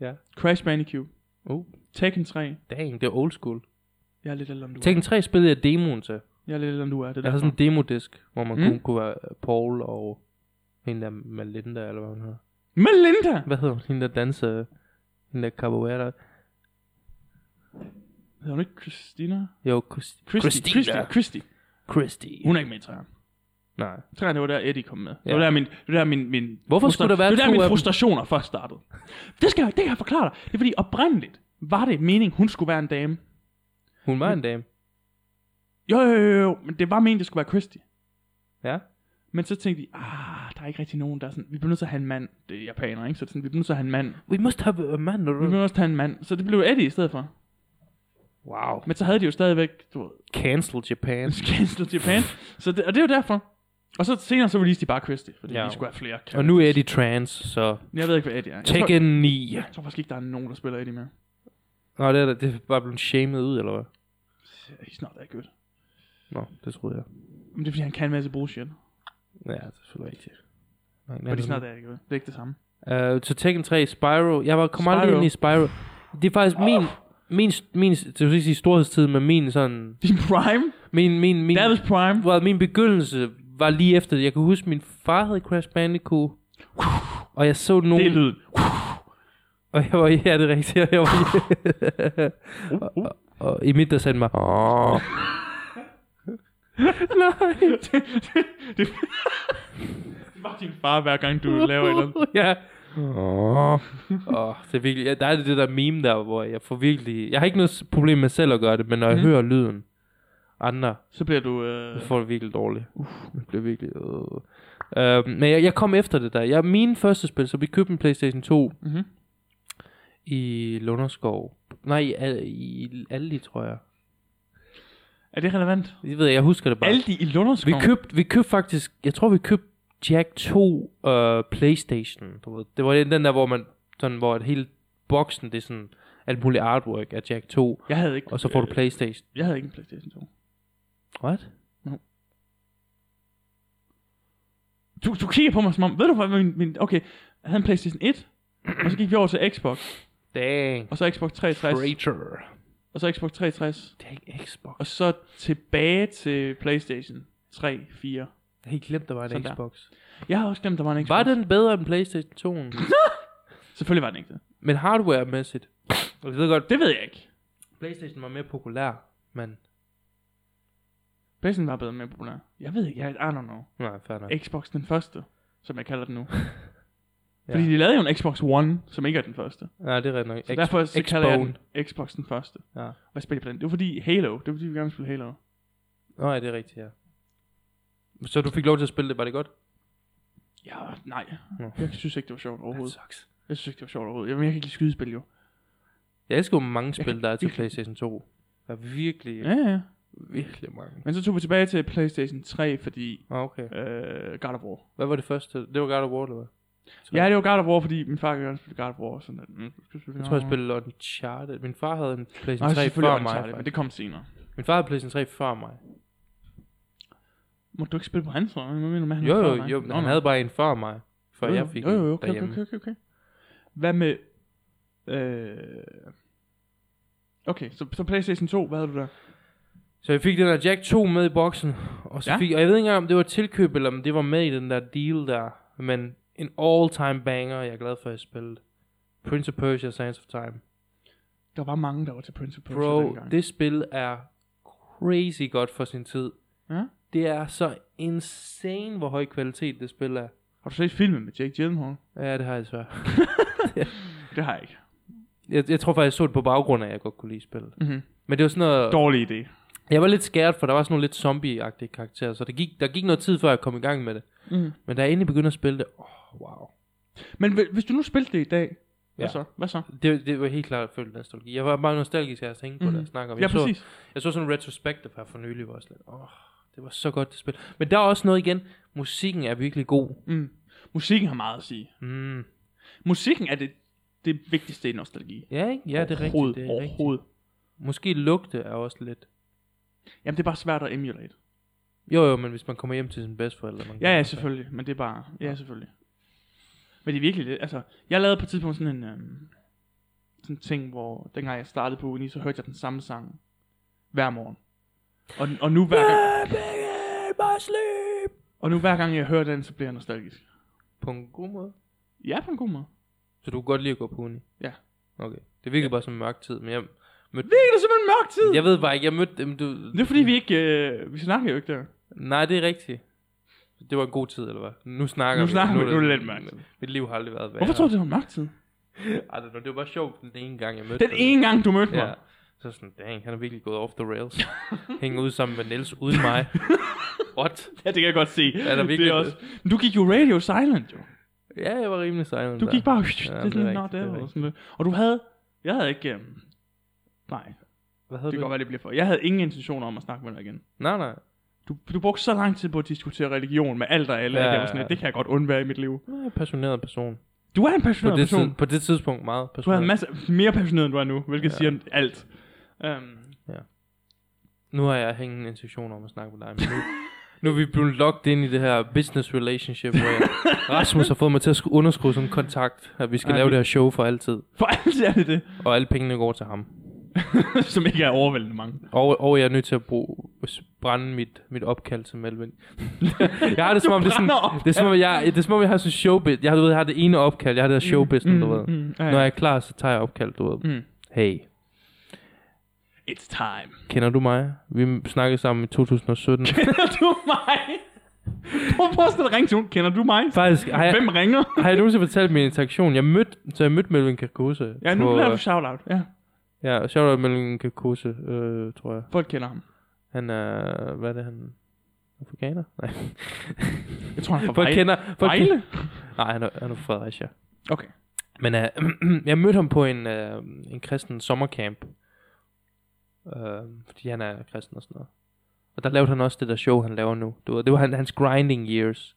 Speaker 1: Ja.
Speaker 2: Crash Bandicoot,
Speaker 1: Uh,
Speaker 2: Tekken 3.
Speaker 1: dang, det er old school.
Speaker 2: Jeg er lidt ældre, end du er.
Speaker 1: Tekken 3 spillede jeg demoen til.
Speaker 2: Jeg er lidt ældre, end du er. Det
Speaker 1: Jeg
Speaker 2: der.
Speaker 1: havde sådan en demodisk, hvor man
Speaker 2: Mm.
Speaker 1: mm. kunne, kunne være Paul og hende der Malinda, eller hvad hun hedder.
Speaker 2: Melinda!
Speaker 1: Hvad hedder hun? Hende der danser, hende der capoeira.
Speaker 2: Hedder hun ikke Christina?
Speaker 1: Jo, Christi.
Speaker 2: Christy. Christy. Christy.
Speaker 1: Christy.
Speaker 2: Hun er ikke med i træerne.
Speaker 1: Nej.
Speaker 2: Træerne, det var der Eddie kom med. Ja. Det
Speaker 1: Ja.
Speaker 2: var der min, det var der min, min
Speaker 1: Hvorfor skulle der være
Speaker 2: det
Speaker 1: to
Speaker 2: var der
Speaker 1: af
Speaker 2: mine
Speaker 1: dem?
Speaker 2: frustrationer først startede. Det, skal, jeg- det kan jeg forklare dig. Det er fordi oprindeligt var det meningen, hun skulle være en dame.
Speaker 1: Hun var en dame.
Speaker 2: Jo, jo, jo, jo, men det var meningen, det skulle være Christy.
Speaker 1: Ja.
Speaker 2: Men så tænkte de, ah, der er ikke rigtig nogen, der er sådan, vi bliver nødt til at have en mand. Det er japaner, ikke? Så det er sådan, vi bliver nødt til at have en mand. Vi
Speaker 1: We must have a man.
Speaker 2: bliver nødt til at have en mand. Så det blev Eddie i stedet for.
Speaker 1: Wow.
Speaker 2: Men så havde de jo stadigvæk, du ved,
Speaker 1: Cancel Japan.
Speaker 2: Cancel Japan. Så det, og det er jo derfor. Og så senere så releasede de bare Christy, fordi ja.
Speaker 1: Ja.
Speaker 2: de skulle have flere.
Speaker 1: Og nu er de trans, så
Speaker 2: Jeg ved ikke, hvad Eddie er. Jeg tror,
Speaker 1: Tekken 9.
Speaker 2: jeg tror faktisk ikke, der er nogen, der spiller Eddie mere.
Speaker 1: Nå, det er, da- det er bare blevet shamed ud, eller hvad?
Speaker 2: He's not that good.
Speaker 1: Nå, det troede jeg.
Speaker 2: Men det er fordi, han kan en masse bullshit.
Speaker 1: Ja, det er selvfølgelig rigtigt. Nej,
Speaker 2: But
Speaker 1: nej,
Speaker 2: he's not that good. Det er ikke det samme.
Speaker 1: Øh, så Tekken 3, Spyro. Jeg var kom aldrig
Speaker 2: Spyro.
Speaker 1: ind i Spyro. Det er faktisk min, min, min, det vil ikke sige storhedstid, men min sådan,
Speaker 2: Din prime?
Speaker 1: min, min, min,
Speaker 2: Davids prime?
Speaker 1: well, min begyndelse var lige efter det. Jeg kan huske, min far havde Crash Bandicoot, og jeg så
Speaker 2: Det er
Speaker 1: nogen,
Speaker 2: lyd.
Speaker 1: og jeg var, ja, det er rigtigt, og jeg var,
Speaker 2: Uh,
Speaker 1: og, og, i midt, der sagde den mig, "Åh." nej,
Speaker 2: det det var din far, hver gang du laver et eller andet.
Speaker 1: ja. Åh, oh, det er virkelig, ja, der er det der meme der, hvor jeg får virkelig, jeg har ikke noget s- problem med selv at gøre det, men når jeg
Speaker 2: Mhm.
Speaker 1: hører lyden andre,
Speaker 2: Så bliver du... Øh,
Speaker 1: så får det virkelig dårligt. Uh, det bliver virkelig, øh. uh, men jeg, jeg, kom efter det der. Jeg, mine første spil, så vi købte en Playstation 2
Speaker 2: Mhm.
Speaker 1: i Lunderskov. Nej, i, Al- i Aldi, tror jeg.
Speaker 2: er det relevant?
Speaker 1: Jeg ved, jeg jeg husker det bare.
Speaker 2: Aldi i Lunderskov?
Speaker 1: Vi købte, vi købte faktisk, jeg tror vi købte Jack 2 øh, Playstation. Du ved. Det var den den der, hvor man sådan, hvor et hele boksen, det er sådan alt muligt artwork af Jack 2,
Speaker 2: Jeg havde ikke...
Speaker 1: og så får du
Speaker 2: øh,
Speaker 1: Playstation.
Speaker 2: Jeg havde ikke en Playstation 2.
Speaker 1: What?
Speaker 2: Du, du kigger på mig som om... Ved du hvad min... min okay, jeg havde en Playstation 1, og så gik vi over til Xbox,
Speaker 1: Dang.
Speaker 2: og så Xbox 360,
Speaker 1: Traitor.
Speaker 2: og så Xbox 360,
Speaker 1: Det er ikke Xbox.
Speaker 2: og så tilbage til Playstation 3, 4.
Speaker 1: Jeg har helt glemt, der var en
Speaker 2: Sådan der.
Speaker 1: Xbox.
Speaker 2: Jeg har også glemt, der var en Xbox.
Speaker 1: Var den bedre end Playstation 2? en?
Speaker 2: Selvfølgelig var den ikke det.
Speaker 1: Men hardware-mæssigt. Og Jeg ved godt,
Speaker 2: Det ved jeg ikke.
Speaker 1: Playstation var mere populær, men...
Speaker 2: Playstation var bedre med populær. Jeg ved ikke, jeg I don't know.
Speaker 1: Nej, fair nok.
Speaker 2: Xbox den første, som jeg kalder den nu.
Speaker 1: Ja.
Speaker 2: Fordi de lavede jo en Xbox One, som ikke er den første.
Speaker 1: Nej, det er rigtigt nok.
Speaker 2: Så derfor så kalder jeg den Xbox den første.
Speaker 1: Ja.
Speaker 2: Hvad spiller jeg på den? Det var fordi Halo. Det var fordi, vi gerne ville spille Halo.
Speaker 1: Nej, det er rigtigt, ja. Så du fik lov til at spille det, var det godt?
Speaker 2: Ja, nej.
Speaker 1: Nå. Altså.
Speaker 2: Jeg synes ikke, det var sjovt overhovedet.
Speaker 1: sucks.
Speaker 2: Jeg synes ikke, det var sjovt overhovedet. Jamen, jeg kan ikke lide skydespil jo.
Speaker 1: Jeg elsker jo mange spil, der er til
Speaker 2: virkelig-
Speaker 1: Playstation 2. Der er virkelig,
Speaker 2: Ja, ja.
Speaker 1: virkelig mange.
Speaker 2: Men så tog vi tilbage til Playstation 3, fordi
Speaker 1: Ah, okay.
Speaker 2: øh, God of War.
Speaker 1: Hvad var det første? Det var God of War, eller hvad? Tre.
Speaker 2: Ja, det var God of War, fordi min far kan gerne spille God of War. og Sådan, at, mm,
Speaker 1: Jeg tror, jeg spillede Uncharted. Min far havde en
Speaker 2: Nej,
Speaker 1: Playstation 3 før
Speaker 2: selvfølgelig var
Speaker 1: mig.
Speaker 2: Uncharted, men
Speaker 1: faktisk.
Speaker 2: det kom senere.
Speaker 1: Min far havde Playstation 3 før mig.
Speaker 2: Må du ikke spille på hans, eller hvad mener du med, han
Speaker 1: Jo,
Speaker 2: er før
Speaker 1: jo,
Speaker 2: mig?
Speaker 1: jo.
Speaker 2: Nå,
Speaker 1: Han
Speaker 2: nå.
Speaker 1: havde bare en før mig. Før
Speaker 2: jo, jo.
Speaker 1: jeg fik
Speaker 2: jo, jo, jo,
Speaker 1: en
Speaker 2: okay, okay,
Speaker 1: derhjemme.
Speaker 2: okay, okay, okay. Hvad med... Øh... Okay, så, så Playstation 2, hvad havde du der?
Speaker 1: Så jeg fik den der Jack 2 med i boksen. Og, så
Speaker 2: Ja.
Speaker 1: ja. fik, og jeg ved ikke engang, om det var tilkøb, eller om det var med i den der deal der. Men en all-time banger, jeg er glad for, at jeg spillede. Prince of Persia, Sands of Time.
Speaker 2: Der var mange, der var til Prince of Persia
Speaker 1: Bro,
Speaker 2: dengang.
Speaker 1: det spil er crazy godt for sin tid.
Speaker 2: Ja?
Speaker 1: Det er så insane, hvor høj kvalitet det spil er.
Speaker 2: Har du set filmen med Jake Gyllenhaal?
Speaker 1: Ja, det har jeg svært.
Speaker 2: Det har jeg ikke.
Speaker 1: Jeg, jeg tror faktisk, jeg så det på baggrund af, at jeg godt kunne lide spillet.
Speaker 2: Mm-hmm.
Speaker 1: Men det var sådan noget...
Speaker 2: Dårlig idé.
Speaker 1: Jeg var lidt skært, for der var sådan nogle lidt zombie-agtige karakterer, så der gik, der gik noget tid, før jeg kom i gang med det.
Speaker 2: Mm.
Speaker 1: Men da jeg endelig begyndte at spille det, åh, oh, wow.
Speaker 2: Men hvi- hvis du nu spilte det i dag, hvad
Speaker 1: Ja.
Speaker 2: så? Hvad så?
Speaker 1: Det, det var helt klart følt nostalgi. Jeg var bare nostalgisk af at tænke på
Speaker 2: Mhm.
Speaker 1: det og snakke om.
Speaker 2: Ja,
Speaker 1: Jeg, så,
Speaker 2: præcis.
Speaker 1: jeg så sådan en retrospective her for nylig, hvor jeg slet, åh, det var så godt det spil. Men der er også noget igen. Musikken er virkelig god.
Speaker 2: Mm. Musikken har meget at sige.
Speaker 1: Mm.
Speaker 2: Musikken er det, det vigtigste i nostalgi.
Speaker 1: Ja, ikke? Ja, det er rigtigt.
Speaker 2: Overhovedet,
Speaker 1: Det er rigtigt.
Speaker 2: Overhovedet.
Speaker 1: Måske lugte er også lidt...
Speaker 2: Jamen, det er bare svært at emulate.
Speaker 1: Jo, jo, men hvis man kommer hjem til sine bedsteforældre... Man
Speaker 2: Ja,
Speaker 1: kan-
Speaker 2: ja, selvfølgelig. Men det er bare... Ja, selvfølgelig. Men det er virkelig det. Altså, jeg lavede på et tidspunkt sådan en... Øhm, sådan en ting, hvor dengang jeg startede på uni, så hørte jeg den samme sang hver morgen. Og, og nu hver gang, og nu hver gang jeg hører den, så bliver jeg nostalgisk.
Speaker 1: På en god måde.
Speaker 2: Ja, på en god måde.
Speaker 1: Så du kan godt lide at gå på uni?
Speaker 2: Ja.
Speaker 1: Okay. Det virker ja. bare som en mørk tid, men jeg mødte...
Speaker 2: Det er da simpelthen mørk tid!
Speaker 1: Jeg ved bare ikke, jeg mødte dem, du...
Speaker 2: Det er fordi, vi ikke... Øh, vi snakker jo ikke der.
Speaker 1: Nej, det er rigtigt. Det var en god tid, eller hvad? Nu snakker
Speaker 2: Nu
Speaker 1: vi.
Speaker 2: snakker vi.
Speaker 1: er
Speaker 2: Nu er det
Speaker 1: sådan-
Speaker 2: lidt mørkt.
Speaker 1: Mit liv har aldrig været værre.
Speaker 2: Hvorfor tror du, det var mørk tid?
Speaker 1: Ej, det var- det var bare sjovt den ene gang, jeg mødte
Speaker 2: Den ene gang, du mødte mig.
Speaker 1: Ja. Så sådan, dang, han er virkelig gået off the rails. Hænger ud sammen med Niels uden mig. What?
Speaker 2: Ja, det kan jeg godt se.
Speaker 1: der
Speaker 2: det
Speaker 1: virkelig-
Speaker 2: er også... Men du gik jo radio silent, jo.
Speaker 1: Ja, jeg var rimelig silent
Speaker 2: Du
Speaker 1: der.
Speaker 2: gik bare...
Speaker 1: det er
Speaker 2: Ja, det, det,
Speaker 1: rigtigt,
Speaker 2: not
Speaker 1: det er
Speaker 2: ever, og,
Speaker 1: rigtigt.
Speaker 2: sådan lidt. og du havde... Jeg havde ikke... Øhm, nej, det
Speaker 1: Hvad havde
Speaker 2: kan
Speaker 1: du?
Speaker 2: godt være, det bliver for. Jeg havde ingen intentioner om at snakke med dig igen.
Speaker 1: Nej, nej.
Speaker 2: Du, du brugte så lang tid på at diskutere religion med alt og alle.
Speaker 1: Ja,
Speaker 2: Ja, det,
Speaker 1: ja,
Speaker 2: var sådan,
Speaker 1: ja.
Speaker 2: lidt, det kan jeg godt undvære i mit liv.
Speaker 1: Jeg er en passioneret person.
Speaker 2: Du er en
Speaker 1: På
Speaker 2: passioneret
Speaker 1: det,
Speaker 2: person.
Speaker 1: tid, på det tidspunkt meget
Speaker 2: Du er
Speaker 1: passioneret.
Speaker 2: en masse, mere passioneret, end du er nu, hvilket
Speaker 1: Ja.
Speaker 2: ja. siger alt. Um,
Speaker 1: Nu har jeg hængende intention om at snakke med dig, men nu, nu er vi blevet locked ind i det her business relationship, hvor jeg, Rasmus har fået mig til at sku- underskrive som kontakt, at vi skal
Speaker 2: Ej,
Speaker 1: lave
Speaker 2: vi-
Speaker 1: det her show for altid,
Speaker 2: for alt er det det.
Speaker 1: og alle pengene går til ham.
Speaker 2: som ikke er overvældende mange.
Speaker 1: Og, og jeg er nødt til at bruge, brænde mit, mit opkald til Melvin. jeg har det som om, det er sådan,
Speaker 2: brænder opkald.
Speaker 1: det er, som om jeg, det er som om, jeg har sådan showbiz. Jeg, har, du ved, jeg har det ene opkald, jeg har det der showbiz, mm, du ved. Mm,
Speaker 2: Mm-hmm. ja, ja.
Speaker 1: Når jeg er klar, så tager jeg opkald, du ved.
Speaker 2: Mm.
Speaker 1: Hey,
Speaker 2: It's time.
Speaker 1: kender du mig? Vi snakkede sammen i 2017.
Speaker 2: Kender du mig? Prøv at forestille dig at ringe til nogen. Kender du mig?
Speaker 1: Faktisk, har jeg,
Speaker 2: Hvem ringer?
Speaker 1: har jeg nogensinde fortalt min interaktion? Jeg mødte, så jeg mødte Melvin Kakose. øh,
Speaker 2: Ja, nu laver du shout-out. Ja,
Speaker 1: Ja, shout out Melvin Kakose, øh, tror jeg.
Speaker 2: folk kender ham.
Speaker 1: Han er, hvad er det, han? Afrikaner? Nej.
Speaker 2: Jeg tror, han er
Speaker 1: Folk
Speaker 2: fra Vejle.
Speaker 1: kender, folk
Speaker 2: Vejle?
Speaker 1: kender- Nej, han er, han er fra Fredericia.
Speaker 2: Okay.
Speaker 1: Men øh, jeg mødte ham på en, øh, en kristen sommercamp. Øh, fordi han er kristen og sådan noget. Og der lavede han også det der show, han laver nu. Det var, det var han, hans grinding years.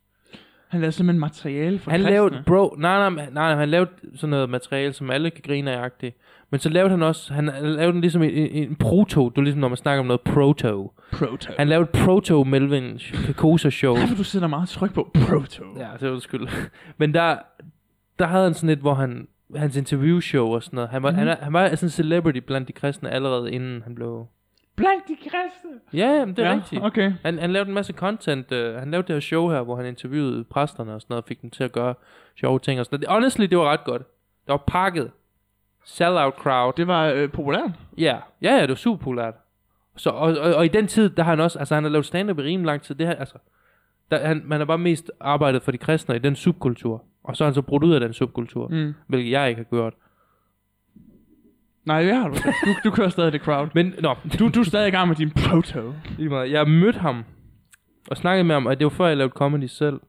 Speaker 2: Han lavede simpelthen materiale for
Speaker 1: han
Speaker 2: kristne.
Speaker 1: lavede, bro, nej, nej, nej, nej, han lavede sådan noget materiale, som alle kan grine af -agtigt. Men så lavede han også, han lavede den ligesom en, en, en proto. Det er ligesom, når man snakker om noget proto.
Speaker 2: Proto. Han...
Speaker 1: Han lavede et proto Melvin Kakosa show.
Speaker 2: Derfor, du sætter meget tryk på Proto.
Speaker 1: Ja, det er undskyld. Men der, der havde han sådan et, hvor han, hans interviewshow og sådan noget. Han var, mm. han, er- han var sådan en celebrity blandt de kristne allerede inden han blev...
Speaker 2: Blank de kristne.
Speaker 1: Ja, jamen, det er ja, rigtigt. Okay.
Speaker 2: okay.
Speaker 1: Han, han lavede en masse content. Øh, han lavede det her show her, hvor han interviewede præsterne og sådan noget, og fik dem til at gøre sjove ting og sådan noget. Det- Honestly, det var ret godt. Det var pakket. Sellout crowd.
Speaker 2: Det var øh, populært.
Speaker 1: Ja, ja, ja, det var super populært. Så, og, og, og, i den tid, der har han også, altså han har lavet stand-up i rimelig lang tid, det her, altså, der, han, man har bare mest arbejdet for de kristne i den subkultur, og så har han så brudt ud af den subkultur, mm. hvilket jeg ikke har gjort.
Speaker 2: Nej, det har du. ikke. Du, du kører stadig det crowd.
Speaker 1: Men, nå,
Speaker 2: Du, du er stadig i gang med din Proto.
Speaker 1: lige meget. Jeg mødte ham, og snakkede med ham, og det var før jeg lavede comedy selv.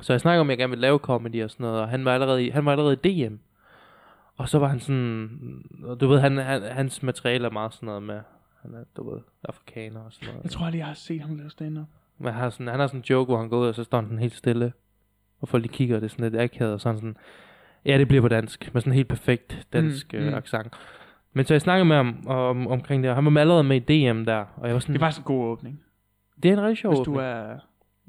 Speaker 1: Så jeg snakkede om, at jeg gerne ville lave comedy og sådan noget, og han var allerede i, han var allerede i DM. Og så var han sådan, og du ved, han, han, hans materiale er meget sådan noget med, han er, du ved, afrikaner og sådan noget.
Speaker 2: Jeg tror aldrig, jeg har set ham lave stand-up.
Speaker 1: Men han har sådan, han har sådan en joke, hvor han går ud, og så står han sådan helt stille. Og folk de kigger, og det er sådan lidt akavet, og sådan sådan, ja, det bliver på dansk, med sådan en helt perfekt dansk
Speaker 2: Mm,
Speaker 1: mm, øh,
Speaker 2: mm.
Speaker 1: accent. Men så jeg snakkede med ham om, omkring det, og han var allerede med i DM der, og jeg var sådan,
Speaker 2: Det
Speaker 1: det,
Speaker 2: er faktisk en god åbning.
Speaker 1: det er en rigtig sjov
Speaker 2: Hvis du
Speaker 1: åbning."
Speaker 2: er...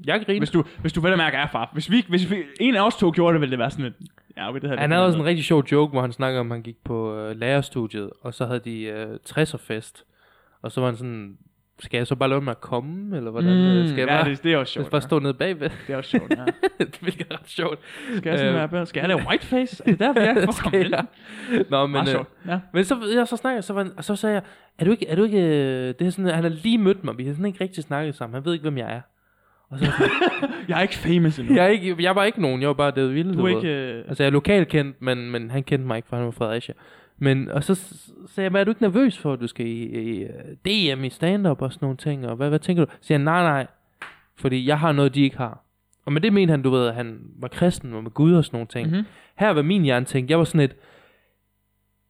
Speaker 1: Jeg griner.
Speaker 2: Hvis du, hvis du vel at mærke er far. Hvis, vi, hvis vi, en af os to gjorde det, ville det være sådan lidt... Ja, okay, det havde
Speaker 1: Han havde også en rigtig sjov joke, hvor han snakkede om, at han gik på øh, lærerstudiet, og så havde de øh, 60'er-fest. Og så var han sådan, skal jeg så bare lade mig at komme, eller hvordan? øh,
Speaker 2: Mm,
Speaker 1: skal jeg
Speaker 2: ja,
Speaker 1: bare,
Speaker 2: det, det er også sjovt.
Speaker 1: bare stå nede bagved?
Speaker 2: Det er også sjovt, ja.
Speaker 1: Hvilket er ret sjovt.
Speaker 2: Skal jeg sådan
Speaker 1: Øh.
Speaker 2: være bedre? Skal jeg lave whiteface? Er det derfor, jeg får
Speaker 1: Skal jeg? Nå, men...
Speaker 2: Meget
Speaker 1: øh,
Speaker 2: sjovt, ja.
Speaker 1: Men så, ja, så snakker jeg, så, var, han- og så sagde jeg, er du ikke, er du ikke, øh, det er sådan, han har lige mødt mig, vi har sådan ikke rigtig snakket sammen, han ved ikke, hvem jeg er. Og så, var jeg sådan,
Speaker 2: Jeg er ikke famous endnu.
Speaker 1: jeg, er ikke, jeg var ikke nogen, jeg var bare David Ville.
Speaker 2: Du er
Speaker 1: ved.
Speaker 2: ikke... Øh,
Speaker 1: Altså, jeg er lokalt kendt, men, men han kendte mig ikke, for han var fra Fredericia. Men, og så s- sagde jeg, "Men er du ikke nervøs for, at du skal i, i øh, DM i stand-up og sådan nogle ting, og hvad, hvad tænker du? Så siger han, nej, nej, fordi jeg har noget, de ikke har. Og med det mente han, du ved, at han var kristen, var med Gud og sådan nogle ting.
Speaker 2: Mhm.
Speaker 1: Mm-hmm. Her var min hjerne tænkt, jeg var sådan et,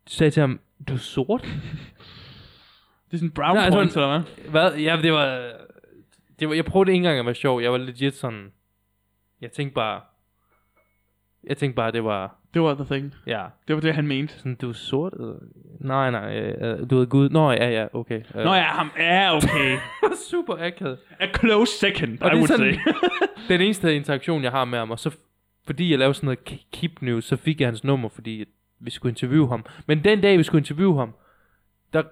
Speaker 1: sagde til ham, du er sort?
Speaker 2: det er sådan
Speaker 1: Nej,
Speaker 2: brown Nej,
Speaker 1: altså-
Speaker 2: points, eller hvad?
Speaker 1: Hvad? Ja, det var, det var... Jeg prøvede ikke engang at være sjov. Jeg var legit sådan... Jeg tænkte bare... Jeg tænkte bare, det var...
Speaker 2: Det var the thing.
Speaker 1: Ja,
Speaker 2: Det var det, han mente.
Speaker 1: sådan, du er sort? øh, Nej, nej, øh, øh, du er gud. Nå, ja, ja, okay. Øh,
Speaker 2: Nå ja, ham er okay.
Speaker 1: super akavet.
Speaker 2: A close second, I
Speaker 1: det er
Speaker 2: would
Speaker 1: sådan-
Speaker 2: say.
Speaker 1: Den eneste interaktion, jeg har med ham, og så... Fordi jeg lavede sådan noget k- keep news, så fik jeg hans nummer, fordi vi skulle interviewe ham. Men den dag, vi skulle interviewe ham, der...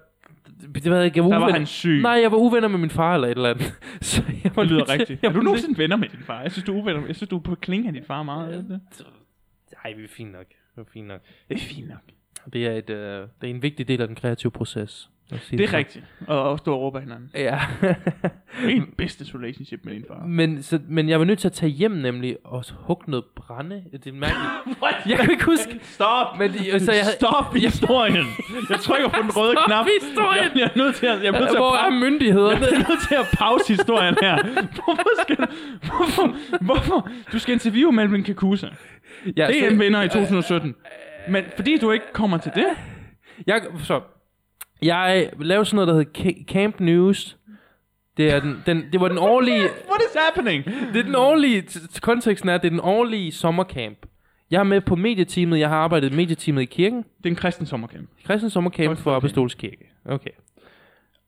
Speaker 1: Det ved jeg ikke, jeg var
Speaker 2: Der var
Speaker 1: uven-
Speaker 2: han syg.
Speaker 1: Nej, jeg var uvenner med min far eller et eller andet. Så jeg var
Speaker 2: Det lyder
Speaker 1: nødt til-
Speaker 2: rigtigt.
Speaker 1: jeg
Speaker 2: Er du
Speaker 1: var nødt til-
Speaker 2: nogensinde venner med din far? Jeg synes, du er, uvenner. jeg synes, du er på kling af din far meget. Er det det?
Speaker 1: Nej, vi er fint nok. Vi er fint nok.
Speaker 2: Det er fint nok.
Speaker 1: Det er, et, øh, det er en vigtig del af den kreative proces. at sige
Speaker 2: Det er
Speaker 1: sådan.
Speaker 2: rigtigt. Og, og stå og råbe af hinanden.
Speaker 1: Ja.
Speaker 2: Min business relationship med din far.
Speaker 1: men, så, men jeg var nødt til at tage hjem nemlig og hugge noget brænde. Det er mærkeligt.
Speaker 2: What?
Speaker 1: Jeg kan ikke huske.
Speaker 2: Stop!
Speaker 1: Men de, så jeg havde,
Speaker 2: Stop historien! Jeg trykker på den røde
Speaker 1: Stop
Speaker 2: knap.
Speaker 1: historien!
Speaker 2: Jeg, jeg, er nødt til at, jeg er nødt til at
Speaker 1: hvor er
Speaker 2: pause- jeg
Speaker 1: myndighederne?
Speaker 2: er nødt til at pause historien her. Hvorfor skal du... Hvorfor? Hvorfor? Du skal interviewe Melvin Kakusa.
Speaker 1: Ja,
Speaker 2: Det er
Speaker 1: så-
Speaker 2: en vinder i 2017. Men fordi du ikke kommer til det,
Speaker 1: Jeg, så, jeg øh, lavede sådan noget, der hed Ca- Camp News. Det, er den, den, det var den årlige...
Speaker 2: what is happening?
Speaker 1: det er den årlige, t- t- konteksten er, at det er den årlige sommercamp. Jeg er med på medieteamet, jeg har arbejdet i medieteamet i kirken.
Speaker 2: Det er en kristen sommercamp.
Speaker 1: Kristen Sommercamp
Speaker 2: Okay.
Speaker 1: okay. for Apostolisk Kirke. Okay.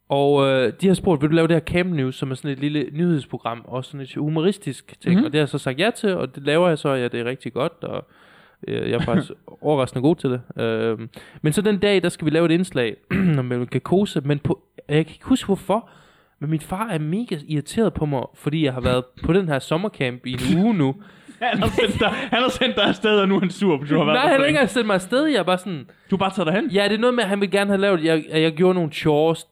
Speaker 1: Og øh, de har spurgt, vil du lave det her Camp News, som er sådan et lille nyhedsprogram, også sådan et humoristisk ting. Mm-hmm. Og det har jeg så sagt ja til, og det laver jeg så, ja, det er rigtig godt. Og Øh, Jeg er faktisk overraskende god til det. Øh, Men så den dag, der skal vi lave et indslag om Melvin Kakose, men på, jeg kan ikke huske hvorfor, men min far er mega irriteret på mig, fordi jeg har været på den her sommercamp i en uge nu.
Speaker 2: Han har sendt dig, han har sendt dig afsted, og nu er han sur, fordi du har været
Speaker 1: Nej, han
Speaker 2: der for
Speaker 1: har ikke
Speaker 2: længe.
Speaker 1: engang sendt mig afsted. Jeg er bare sådan,
Speaker 2: Du har bare taget dig hen.
Speaker 1: ja, det er noget med, at han vil gerne have lavet, jeg, at jeg gjorde nogle chores.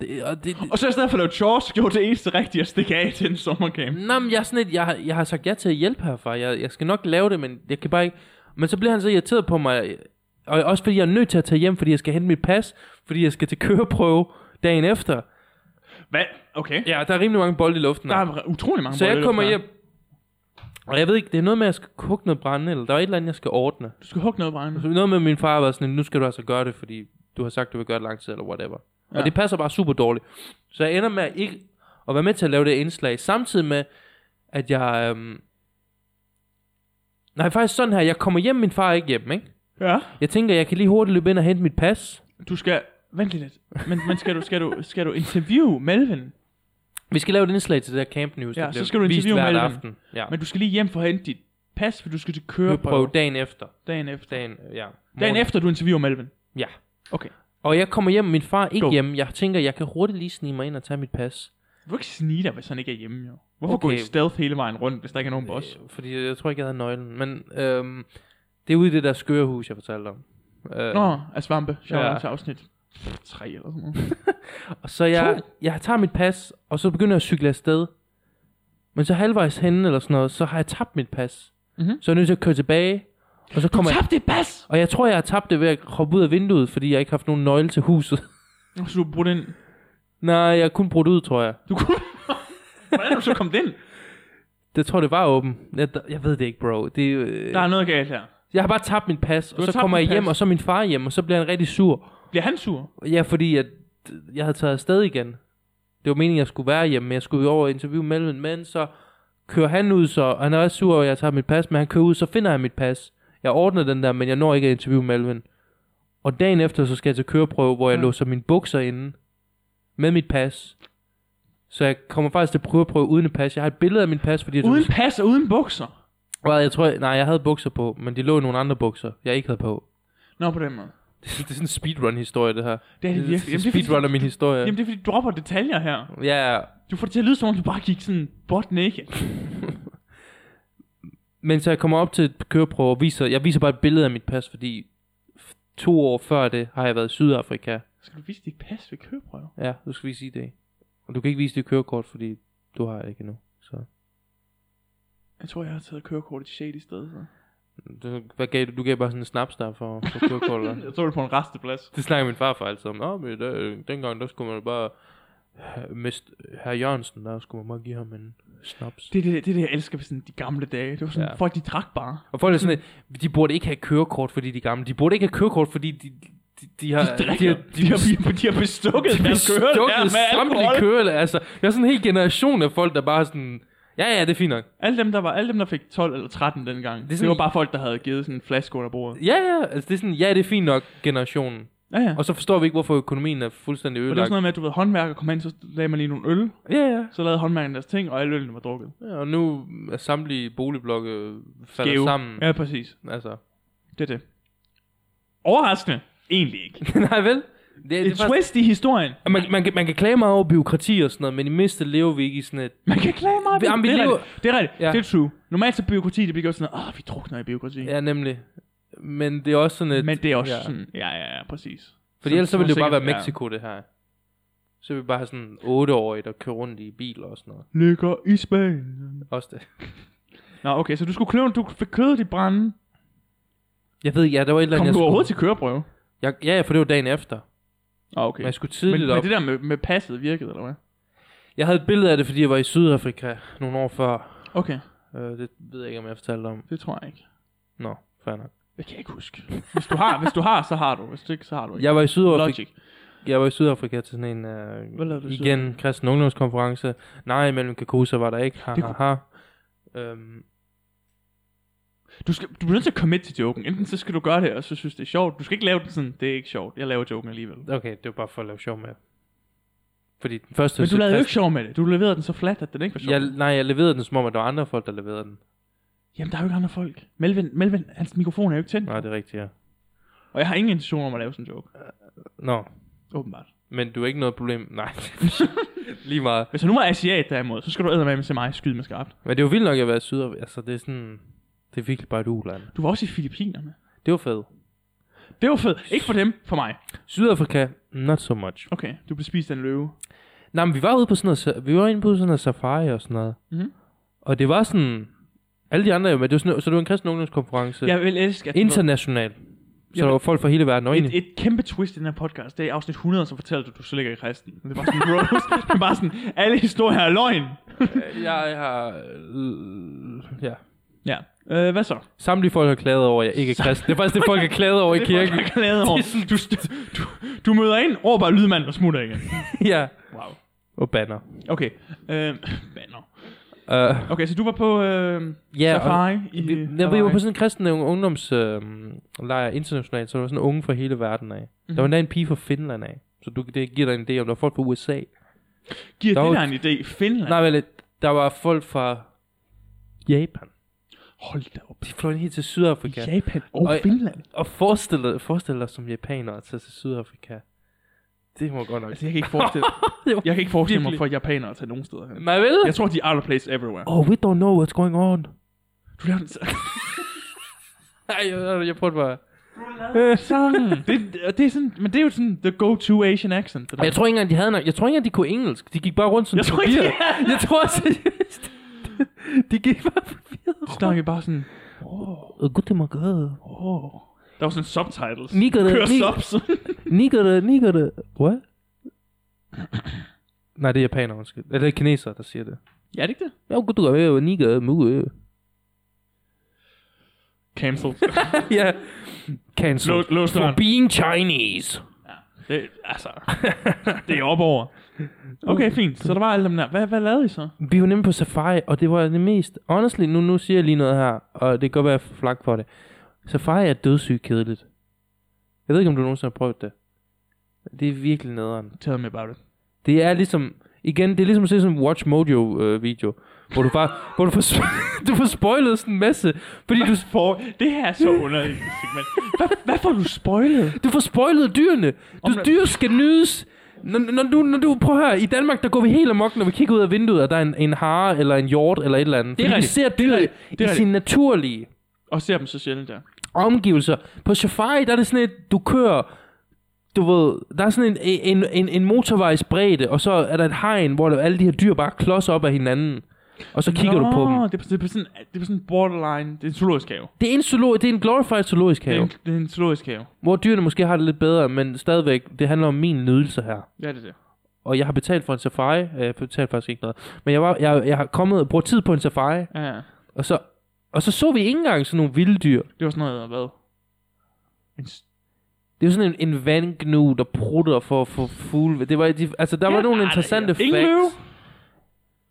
Speaker 1: Det- Og det,
Speaker 2: Og så i stedet for at lave chores, gjorde det eneste rigtige at stikke af til en sommercamp.
Speaker 1: Nå, men jeg, er sådan et, jeg, har- jeg har sagt ja til at hjælpe herfra. Jeg, jeg skal nok lave det, men jeg kan bare ikke... Men så bliver han så irriteret på mig. Og også fordi jeg er nødt til at tage hjem, fordi jeg skal hente mit pas. Fordi jeg skal til køreprøve dagen efter.
Speaker 2: Hvad? Okay.
Speaker 1: Ja, der er rimelig mange bolde i luften.
Speaker 2: Der er utrolig mange
Speaker 1: så jeg
Speaker 2: bolde i
Speaker 1: kommer
Speaker 2: luften her.
Speaker 1: hjem. Og jeg ved ikke, det er noget med, at jeg skal koge noget brænde, eller der er et eller andet, jeg skal ordne.
Speaker 2: Du skal hugge noget, Brian.
Speaker 1: Så Noget med, at min far var sådan, nu skal du altså gøre det, fordi du har sagt, du vil gøre det lang tid, eller whatever. Ja.
Speaker 2: Ja.
Speaker 1: Og det passer bare super dårligt. Så jeg ender med at ikke at være med til at lave det indslag, samtidig med, at jeg... Øhm... Nej, faktisk sådan her, jeg kommer hjem, min far er ikke hjem, ikke?
Speaker 2: Ja.
Speaker 1: Jeg tænker, jeg kan lige hurtigt løbe ind og hente mit pas.
Speaker 2: Du skal... Vent lige lidt. Men, men skal, du, skal, du, skal du interviewe Melvin?
Speaker 1: Vi skal lave et indslag til det der Camp News,
Speaker 2: Ja,
Speaker 1: der
Speaker 2: så
Speaker 1: bliver
Speaker 2: skal du
Speaker 1: vist
Speaker 2: interviewe
Speaker 1: hver
Speaker 2: Malvin.
Speaker 1: aften. Ja. Men
Speaker 2: Men du skal lige hjem for at hente dit pas, for du skal til
Speaker 1: prøve,
Speaker 2: køreprøve
Speaker 1: dagen efter.
Speaker 2: dagen efter.
Speaker 1: Dagen, øh, ja.
Speaker 2: Dagen
Speaker 1: Morgen.
Speaker 2: efter, du interviewer Melvin.
Speaker 1: Ja.
Speaker 2: Okay.
Speaker 1: Og jeg kommer hjem, min far er ikke
Speaker 2: Go.
Speaker 1: hjemme. Jeg tænker, jeg kan hurtigt lige snige mig ind og tage mit pas.
Speaker 2: Du kan ikke snige dig, hvis han ikke er hjemme, jo. Hvorfor okay. gå
Speaker 1: Okay.
Speaker 2: i stealth hele vejen rundt, hvis der ikke er nogen boss?
Speaker 1: Øh, Fordi jeg tror ikke, jeg havde nøglen. Men øhm, det er ude i det der skøre hus, jeg fortalte om. Øh,
Speaker 2: Nå, af svampe. Shout
Speaker 1: Ja.
Speaker 2: out til afsnit 3 eller sådan noget.
Speaker 1: og så jeg,
Speaker 2: to.
Speaker 1: jeg tager mit pas, og så begynder jeg at cykle afsted. Men så halvvejs henne eller sådan noget, så har jeg tabt mit pas.
Speaker 2: Mhm.
Speaker 1: Så er jeg nødt til at køre tilbage. Og så kommer jeg,
Speaker 2: Tab det pas!
Speaker 1: og jeg tror, jeg har tabt det ved at hoppe ud af vinduet, fordi jeg ikke har haft nogen nøgle til huset.
Speaker 2: Nå, Så du brugte den...
Speaker 1: Nej, jeg har kun brudt ud, tror jeg.
Speaker 2: Du kunne... Hvordan er du så kommet ind?
Speaker 1: Det tror det var åben. Jeg, jeg ved det ikke, bro. Det, øh,
Speaker 2: Der er noget galt her.
Speaker 1: jeg har bare tabt mit pas, og
Speaker 2: har
Speaker 1: så
Speaker 2: tabt
Speaker 1: kommer
Speaker 2: dit
Speaker 1: jeg hjem,
Speaker 2: pas.
Speaker 1: og så er min far hjem, og så bliver han rigtig sur.
Speaker 2: Bliver han sur?
Speaker 1: Ja, fordi at jeg havde taget afsted igen. Det var meningen, at jeg skulle være hjemme, men jeg skulle jo over og interviewe Melvin, men så kører han ud, så og han er også sur, og jeg tager mit pas, men han kører ud, så finder han mit pas. Jeg ordner den der, men jeg når ikke at interviewe Melvin. Og dagen efter, så skal jeg til køreprøve, hvor jeg
Speaker 2: Ja.
Speaker 1: ja. låser mine bukser inde med mit pas. Så jeg kommer faktisk til køreprøve uden et pas. Jeg har et billede af min pas, fordi
Speaker 2: Uden pas og uden bukser?
Speaker 1: Du, jeg tror, nej, jeg havde bukser på, men de lå i nogle andre bukser, jeg ikke havde på.
Speaker 2: Nå, på den måde.
Speaker 1: Det er sådan en speedrun-historie, det her.
Speaker 2: Det er det virkelig. Jamen, det er fordi-
Speaker 1: speedrunner min historie.
Speaker 2: Jamen, det er fordi, du dropper detaljer her.
Speaker 1: Ja,
Speaker 2: Du får det til at lyde som om, du bare gik sådan bot naked.
Speaker 1: Men så jeg kommer op til et køreprøve og viser, jeg viser bare et billede af mit pas, fordi f- to år før det har jeg været i Sydafrika.
Speaker 2: Skal du vise dit pas ved køreprøve?
Speaker 1: Ja, du skal vise ID. Og du kan ikke vise dit kørekort, fordi du har det ikke endnu. Så.
Speaker 2: Jeg tror, jeg har taget kørekortet i shady sted. Så.
Speaker 1: Du, hvad gav du? Du gav bare sådan en snaps der for, for kørekort. eller?
Speaker 2: Jeg tror, det er på en resteplads.
Speaker 1: det snakker min far for altid om. Nå, men der, dengang, der skulle man bare... Mist, herr Jørgensen, der skulle man bare give ham en snaps.
Speaker 2: Det er det, det, er det jeg elsker ved sådan de gamle dage. Det var sådan, ja.
Speaker 1: Ja.
Speaker 2: folk de drak bare.
Speaker 1: Og folk er sådan, at de burde ikke have kørekort, fordi de er gamle. De burde ikke have kørekort, fordi de, de, de har...
Speaker 2: De, drikker.
Speaker 1: har-
Speaker 2: de, har, de, de har bestukket
Speaker 1: De
Speaker 2: deres kørelærer
Speaker 1: stukket
Speaker 2: med
Speaker 1: samtlige
Speaker 2: alkohol.
Speaker 1: kørelærer. Altså, der er sådan en hel generation af folk, der bare er sådan... Ja, ja, det er fint nok.
Speaker 2: Alle dem, der var, alle dem, der fik 12 eller 13 dengang, det,
Speaker 1: sådan-
Speaker 2: det var bare folk, der havde givet sådan en flaske under bordet.
Speaker 1: Ja, ja, altså det er sådan, ja, det er fint nok, generationen.
Speaker 2: Ja, ja. Og
Speaker 1: Og så forstår vi ikke, hvorfor økonomien er fuldstændig
Speaker 2: det var sådan
Speaker 1: ødelagt.
Speaker 2: noget med, at du ved, håndværker kom ind, så lagde man lige nogle øl.
Speaker 1: Ja, ja,
Speaker 2: Så lavede håndværkerne deres ting, og alle ølene var drukket.
Speaker 1: ja. Og nu er samtlige boligblokke falder
Speaker 2: Skæve.
Speaker 1: sammen.
Speaker 2: Ja, præcis.
Speaker 1: Altså.
Speaker 2: Det er det. Overraskende. Egentlig ikke.
Speaker 1: Nej, vel? Det, det er
Speaker 2: Et
Speaker 1: faktisk...
Speaker 2: twist i historien.
Speaker 1: Man, man, kan, man kan klage meget over byråkrati og sådan noget, men i mindste lever vi ikke i sådan et...
Speaker 2: Man kan klage meget.
Speaker 1: Vi- jamen, vi
Speaker 2: det, er
Speaker 1: lever-
Speaker 2: rigtigt. det er rigtigt. Ja.
Speaker 1: Ja.
Speaker 2: Det er true. Normalt så byråkrati, det bliver gjort sådan, ah, vi drukner i byråkrati. Ja,
Speaker 1: Ja, nemlig. Men det er også sådan et...
Speaker 2: Men det er også ja.
Speaker 1: ja.
Speaker 2: sådan, ja, ja, ja, præcis.
Speaker 1: Fordi ellers så ville det jo bare være
Speaker 2: sikkert-
Speaker 1: Mexico, det her. Så ville vi bare have sådan 8-årige, der kører rundt i biler og sådan noget.
Speaker 2: Ja. Ligger i Spanien.
Speaker 1: Også det.
Speaker 2: Nå, okay, så du skulle kløve, du fik kløet i branden.
Speaker 1: Jeg ved ikke, ja, der var et eller
Speaker 2: Kom
Speaker 1: andet,
Speaker 2: du
Speaker 1: jeg
Speaker 2: overhovedet
Speaker 1: skulle...
Speaker 2: til køreprøve?
Speaker 1: Jeg, ja, ja, for det var dagen efter. Okay.
Speaker 2: Ah, okay.
Speaker 1: Men jeg skulle
Speaker 2: Men,
Speaker 1: tidligt men,
Speaker 2: men
Speaker 1: op.
Speaker 2: det der med, med passet virkede, eller hvad?
Speaker 1: Jeg havde et billede af det, fordi jeg var i Sydafrika nogle år før.
Speaker 2: Okay,
Speaker 1: Øh, det ved jeg ikke, om jeg fortalte om.
Speaker 2: det tror jeg ikke.
Speaker 1: Nå, fair nok.
Speaker 2: Det kan jeg ikke huske. Hvis du har, hvis du har, så har du. Hvis du ikke, så har du ikke.
Speaker 1: Jeg var i Sydafrika,
Speaker 2: Logic.
Speaker 1: jeg var i Sydafrika til sådan en, øh,
Speaker 2: Hvad lavede du i
Speaker 1: igen, kristen ungdomskonference. Nej, mellem Kakusa var der ikke. Ha,
Speaker 2: Det
Speaker 1: ha, ha. Øhm,
Speaker 2: Du, skal, du bliver nødt til at commit til joken. Enten så skal du gøre det, og så synes det er sjovt. Du skal ikke lave den sådan, det er ikke sjovt. Jeg laver joken alligevel.
Speaker 1: okay, det var bare for at lave sjov med. Fordi den første...
Speaker 2: Men du lavede jo ikke
Speaker 1: kristne-
Speaker 2: sjov med det. Du leverede den så flat, at den ikke var sjov.
Speaker 1: jeg, Nej, jeg leverede den, som om at der var andre folk, der leverede den.
Speaker 2: Jamen, der er jo ikke andre folk. Melvin, Melvin hans mikrofon er jo ikke tændt.
Speaker 1: Nej, det er rigtigt, ja.
Speaker 2: Og jeg har ingen intention om at lave sådan en joke.
Speaker 1: Nå,
Speaker 2: Åbenbart.
Speaker 1: men du er ikke noget problem. Nej, lige meget.
Speaker 2: Hvis han nu var asiat derimod, så skal du med se mig skyde med skarpt.
Speaker 1: Men det er jo vildt nok at være syd. Altså, det er sådan... Det er virkelig bare et uland.
Speaker 2: Du var også i Filippinerne.
Speaker 1: Det var fedt.
Speaker 2: Det var fedt. Ikke for dem, for mig.
Speaker 1: Sydafrika, not so much.
Speaker 2: Okay, du blev spist af en løve.
Speaker 1: Nej, men vi var ude på sådan noget, sa- vi var inde på sådan noget safari og sådan noget.
Speaker 2: Mhm.
Speaker 1: Og det var sådan, alle de andre, men det var sådan, noget- så det var en kristen ungdomskonference.
Speaker 2: Jeg vil elske, at
Speaker 1: International. Så
Speaker 2: Jeg
Speaker 1: der
Speaker 2: vil-
Speaker 1: var folk fra hele verden. Og
Speaker 2: et,
Speaker 1: egentlig,
Speaker 2: et kæmpe twist i den her podcast, det er i afsnit 100, som fortæller, at du slet ikke er kristen. Det er bare sådan, bros. det er bare sådan, alle historier er løgn.
Speaker 1: Øh, jeg har... Ja.
Speaker 2: Ja. Øh, hvad så?
Speaker 1: Samtlige folk har klaget over, at jeg ikke er kristen. Det er faktisk det, folk har klaget over i
Speaker 2: Det er folk,
Speaker 1: kirken.
Speaker 2: der er glade over.
Speaker 1: Det er sådan-
Speaker 2: Du, du, du møder ind, råber lydmand og smutter igen.
Speaker 1: ja.
Speaker 2: Wow.
Speaker 1: Og banner.
Speaker 2: Okay. Øh, banner.
Speaker 1: Uh,
Speaker 2: Okay, så du var på øh,
Speaker 1: ja, og-
Speaker 2: safari i
Speaker 1: vi, ja, vi
Speaker 2: Hawaii.
Speaker 1: var på sådan en kristen øh, ungdomslejr øh, internationalt, så der var sådan unge fra hele verden af. Mm-hmm. Der var endda en pige fra Finland af. Så du, det giver dig en idé om, der var folk fra USA.
Speaker 2: Giver
Speaker 1: der
Speaker 2: det
Speaker 1: var-
Speaker 2: dig en idé? Finland?
Speaker 1: Nej, vel, der var folk fra Japan.
Speaker 2: Hold da op.
Speaker 1: De fløj helt til Sydafrika. Ja.
Speaker 2: Japan og,
Speaker 1: Og-
Speaker 2: Finland.
Speaker 1: Og forestil dig, forestil dig som japaner at tage til Sydafrika. Det må godt nok.
Speaker 2: Altså, jeg kan ikke forestille,
Speaker 1: Det var-
Speaker 2: jeg kan ikke forestille mig
Speaker 1: Virkelig.
Speaker 2: for japanere at tage nogen steder hen.
Speaker 1: Nej, vel?
Speaker 2: Jeg tror, de er out of place everywhere.
Speaker 1: Oh, we don't know what's going on.
Speaker 2: Du lavede en sang.
Speaker 1: Nej, jeg, jeg prøvede bare.
Speaker 2: det, det, er sådan, men det er jo sådan the go-to Asian accent. Det der.
Speaker 1: Men jeg tror ikke engang, de havde nok. Jeg tror ikke engang, de kunne engelsk. De gik bare rundt sådan
Speaker 2: Jeg tror ikke, de
Speaker 1: forvirret. Jeg tror seriøst. De gik bare forvirret.
Speaker 2: de snakkede bare sådan,
Speaker 1: Gud, my god.
Speaker 2: åh. Oh. Der var sådan subtitles.
Speaker 1: Nikker det,
Speaker 2: Kører
Speaker 1: nikker-
Speaker 2: subs.
Speaker 1: Niggere, niggere. What? Nej, det er japanere, undskyld. Eller det er kinesere, der siger det.
Speaker 2: ja, er det ikke det?
Speaker 1: Ja, gud, du gør øh, jo niggere, muge.
Speaker 2: Cancel.
Speaker 1: Ja. Cancel.
Speaker 2: Lå- lås
Speaker 1: For
Speaker 2: døren.
Speaker 1: being Chinese.
Speaker 2: det, altså, det er op over. Okay, fint. Så der var alle dem der. Hvad, hvad lavede I så?
Speaker 1: Vi var nemlig på safari, og det var det mest... Honestly, nu, nu siger jeg lige noget her, og det kan godt være, jeg er flak for det. Safari er dødssygt kedeligt. Jeg ved ikke, om du nogensinde har prøvet det. Det er virkelig nederen.
Speaker 2: Tell me about it.
Speaker 1: Det er ligesom... Igen, det er ligesom at se sådan en Watch Mojo øh, video, hvor du bare... hvor du får, sp- du får spoilet sådan en masse, fordi du,
Speaker 2: For, det her er så underligt. segment. Hvad, hvad får du spoilet?
Speaker 1: Du får spoilet dyrene. Du,
Speaker 2: Om-
Speaker 1: dyr skal nydes. Når, når, du, når du prøver her, i Danmark, der går vi helt amok, når vi kigger ud af vinduet, og der er en, en hare eller en hjort eller et eller andet.
Speaker 2: Det er
Speaker 1: Fordi vi
Speaker 2: rigtigt.
Speaker 1: ser dyr
Speaker 2: rigtigt. Det
Speaker 1: i
Speaker 2: er rigtigt.
Speaker 1: sin naturlige
Speaker 2: Og ser dem så sjældent der.
Speaker 1: omgivelser. På safari, der er det sådan et, du kører, du ved, der er sådan en, en, en, en motorvejsbredde, og så er der et hegn, hvor alle de her dyr bare klodser op af hinanden. Og så kigger du på dem.
Speaker 2: Det er, det, er sådan, det er sådan borderline. Det er en zoologisk have.
Speaker 1: Det er en, zoolo- det er en glorified zoologisk
Speaker 2: Det er
Speaker 1: have,
Speaker 2: en, det er en zoologisk have.
Speaker 1: hvor dyrene måske har det lidt bedre, men stadigvæk, det handler om min nydelse her.
Speaker 2: Ja, det er det.
Speaker 1: og jeg har betalt for en safari. Øh, Jeg betalte faktisk ikke noget. Men jeg, var, jeg, jeg har kommet og brugt tid på en safari,
Speaker 2: Ja, ja.
Speaker 1: og så, og så så vi ikke engang sådan nogle vilde dyr.
Speaker 2: Det var sådan noget, hvad? En s-
Speaker 1: Det var sådan en, en vandgnu, der prutter for at få fugle. Det var, de, altså, der
Speaker 2: Ja,
Speaker 1: var nogle
Speaker 2: nej,
Speaker 1: interessante
Speaker 2: ja. Ingen
Speaker 1: facts.
Speaker 2: løve?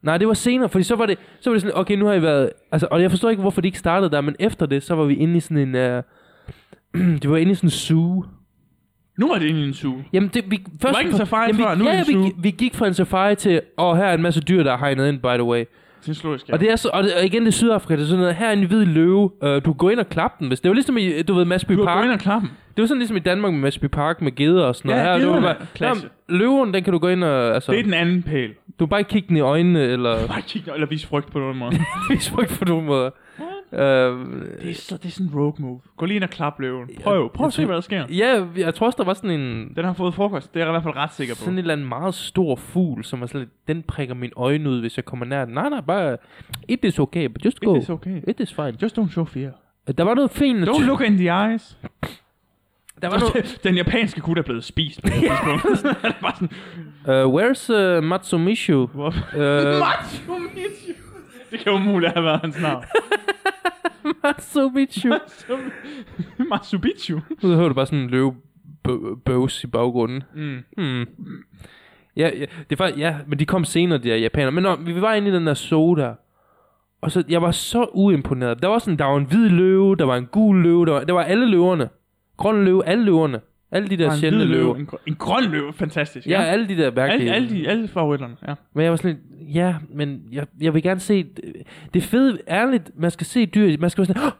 Speaker 1: Nej, det var senere, fordi så var det, så var det sådan, okay, nu har I været... Altså, og jeg forstår ikke, hvorfor det ikke startede der, men efter det, så var vi inde i sådan en... Øh, det var inde i sådan en zoo.
Speaker 2: Nu var det egentlig en zoo.
Speaker 1: Jamen, det, vi, først,
Speaker 2: var ikke en safari
Speaker 1: jamen, vi,
Speaker 2: før, nu er
Speaker 1: ja,
Speaker 2: det en
Speaker 1: vi,
Speaker 2: zoo.
Speaker 1: vi gik fra en safari til, og her er en masse dyr, der er hegnet ind, by the way.
Speaker 2: Det er en zoologisk have.
Speaker 1: Og det er så, og, det, og igen det er Sydafrika, det er sådan noget, her er en hvid løve, øh, du går ind og klapper den, hvis det var ligesom i, øh, du ved, Masby
Speaker 2: du har
Speaker 1: Park,
Speaker 2: gået ind og klappen.
Speaker 1: det var sådan ligesom i Danmark med Masby Park med geder og sådan
Speaker 2: Ja,
Speaker 1: noget, her, du
Speaker 2: gederne.
Speaker 1: bare,
Speaker 2: Klasse.
Speaker 1: "Nå, løven, den kan du gå ind og, altså,
Speaker 2: Det er den anden pæl.
Speaker 1: du kan bare ikke kigge den i øjnene, eller
Speaker 2: Bare kig, eller vise frygt på nogen måde.
Speaker 1: vis folk på nogen måder. Øh,
Speaker 2: det, er så, det er sådan en rogue move. Gå lige ind og klap løven. Prøv, prøv at se, hvad der sker.
Speaker 1: ja, jeg tror også, der var sådan en,
Speaker 2: Den har fået frokost. Det er jeg i hvert fald ret sikker på.
Speaker 1: sådan en eller anden meget stor fugl, som er sådan lidt, den prikker min øjne ud, hvis jeg kommer nær den. Nej, nej, bare, it is okay, but just go.
Speaker 2: It is okay.
Speaker 1: It is fine.
Speaker 2: Just don't show fear.
Speaker 1: Der var noget fint
Speaker 2: Don't look in the eyes.
Speaker 1: Der var noget,
Speaker 2: Den, den japanske gut er blevet spist. på det tidspunkt. Sådan er det bare sådan,
Speaker 1: uh, where's uh, Matsumishu?
Speaker 2: Hvor-
Speaker 1: Øh,
Speaker 2: Macho Michu. Det kan umuligt have været hans navn.
Speaker 1: Matsumishu.
Speaker 2: Machu Picchu.
Speaker 1: Så hører du bare sådan en løve bø- bøvs i baggrunden.
Speaker 2: Mm.
Speaker 1: Hmm. Ja, ja, det er faktisk, ja, men de kom senere, de der japanere. Men når, vi var inde i den der soda, og så, jeg var så uimponeret. Der var sådan, der var en hvid løve, der var en gul løve, der var, der var alle løverne. Grøn løve, alle løverne. Alle de
Speaker 2: Der
Speaker 1: der
Speaker 2: en hvid
Speaker 1: sjældne løver.
Speaker 2: løve. En, grøn, en grøn løve, fantastisk.
Speaker 1: Ja, alle de der
Speaker 2: alle,
Speaker 1: mærkelige.
Speaker 2: alle, de, alle favoritterne, ja.
Speaker 1: Men jeg var sådan lidt, ja, men jeg, jeg vil gerne se... Det fede, ærligt, man skal se dyr, man skal være sådan... Oh,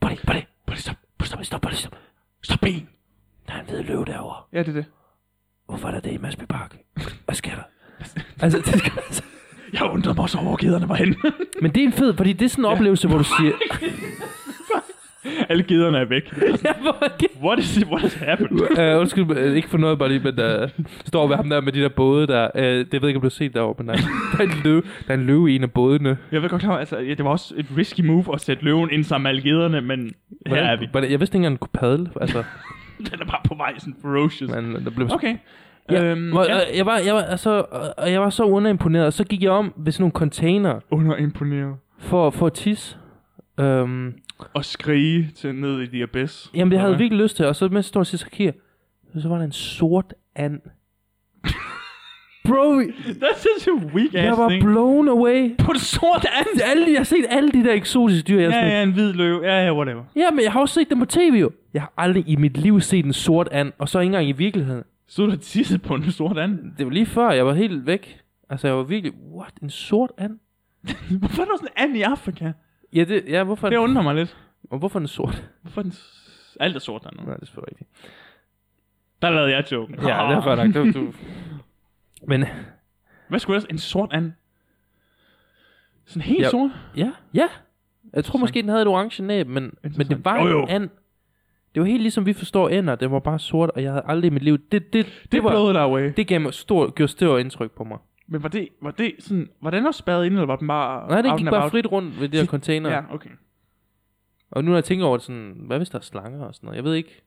Speaker 1: bare det, bare det, bare det, stop, bare stop, stop, bare det, stop.
Speaker 2: Stop ben!
Speaker 1: Der er en hvid løve derovre.
Speaker 2: Ja, det er det.
Speaker 1: Hvorfor er der det i Masby Park? Hvad sker der? altså, det skal, altså,
Speaker 2: Jeg undrede mig også over, hvor gederne var henne.
Speaker 1: men det er en fed, fordi det er sådan en oplevelse, hvor du siger...
Speaker 2: alle gederne er væk.
Speaker 1: ja, hvor,
Speaker 2: What is it? What has happened?
Speaker 1: Uh, undskyld, uh, ikke for noget bare lige, men der uh, står ved ham der med de der både der. Uh, det ved jeg ikke, om du har set derovre, men der, der, er en løve, der er en løve i en af bådene.
Speaker 2: Jeg ved godt klar, over, altså, ja, det var også et risky move at sætte løven ind sammen med alle gederne, men her er vi.
Speaker 1: Men jeg vidste ikke engang, den kunne padle. Altså,
Speaker 2: Den er bare på vej, sådan ferocious.
Speaker 1: man, der blev
Speaker 2: Okay.
Speaker 1: Ja,
Speaker 2: Øhm,
Speaker 1: Hvor,
Speaker 2: ja.
Speaker 1: øh, jeg, var, jeg, var, altså, og- og jeg var så underimponeret, og så gik jeg om ved sådan nogle container
Speaker 2: Underimponeret.
Speaker 1: for, for at tisse. Øhm,
Speaker 2: Og skrige til ned i the abyss.
Speaker 1: jamen, det havde jeg
Speaker 2: vi.
Speaker 1: virkelig lyst til, og så mens jeg stod og tisse, så kiggede jeg, så var der en sort and. Bro,
Speaker 2: That's such a weak
Speaker 1: jeg
Speaker 2: ass
Speaker 1: var
Speaker 2: thing.
Speaker 1: blown away.
Speaker 2: på det sorte andet.
Speaker 1: Alle, de- jeg har set alle de der eksotiske dyr, jeg har
Speaker 2: Ja, ja, en hvid løve. Ja, ja, whatever.
Speaker 1: Ja, men jeg har også set dem på tv jo. Jeg har aldrig i mit liv set en sort and, og så ikke engang i virkeligheden.
Speaker 2: Så du og tissede på en sort anden.
Speaker 1: Det var lige før, jeg var helt væk. Altså, jeg var virkelig, what, en sort and?
Speaker 2: Hvorfor er der sådan en and i Afrika?
Speaker 1: Ja, det, ja hvorfor,
Speaker 2: Det
Speaker 1: er den,
Speaker 2: undrer mig lidt.
Speaker 1: og hvorfor er den sort?
Speaker 2: Hvorfor er den... s- Alt er sort dernede.
Speaker 1: Nej, det er selvfølgelig rigtigt.
Speaker 2: Der lavede jeg joken.
Speaker 1: Ja, det er fair nok. Det var, du... Men,
Speaker 2: Hvad skulle ellers en sort and? Sådan helt
Speaker 1: Ja.
Speaker 2: sort?
Speaker 1: ja, ja. Jeg tror måske, den havde et orange næb, men, men det
Speaker 2: Interessant.
Speaker 1: var
Speaker 2: Jo, jo.
Speaker 1: en and. Det var helt ligesom, vi forstår ender. Den var bare sort, og jeg havde aldrig i mit liv... Det, det, det,
Speaker 2: Det, det
Speaker 1: var,
Speaker 2: blowede dig away.
Speaker 1: det gav mig stor, gjorde større indtryk på mig.
Speaker 2: Men var det, var det sådan... Var den også spærret ind, eller var den bare...
Speaker 1: Nej, det
Speaker 2: out
Speaker 1: gik
Speaker 2: and
Speaker 1: bare
Speaker 2: about?
Speaker 1: frit rundt ved de her container.
Speaker 2: Ja, okay.
Speaker 1: Og nu når jeg tænker over det sådan, hvad hvis der er slanger og sådan noget? Jeg ved ikke.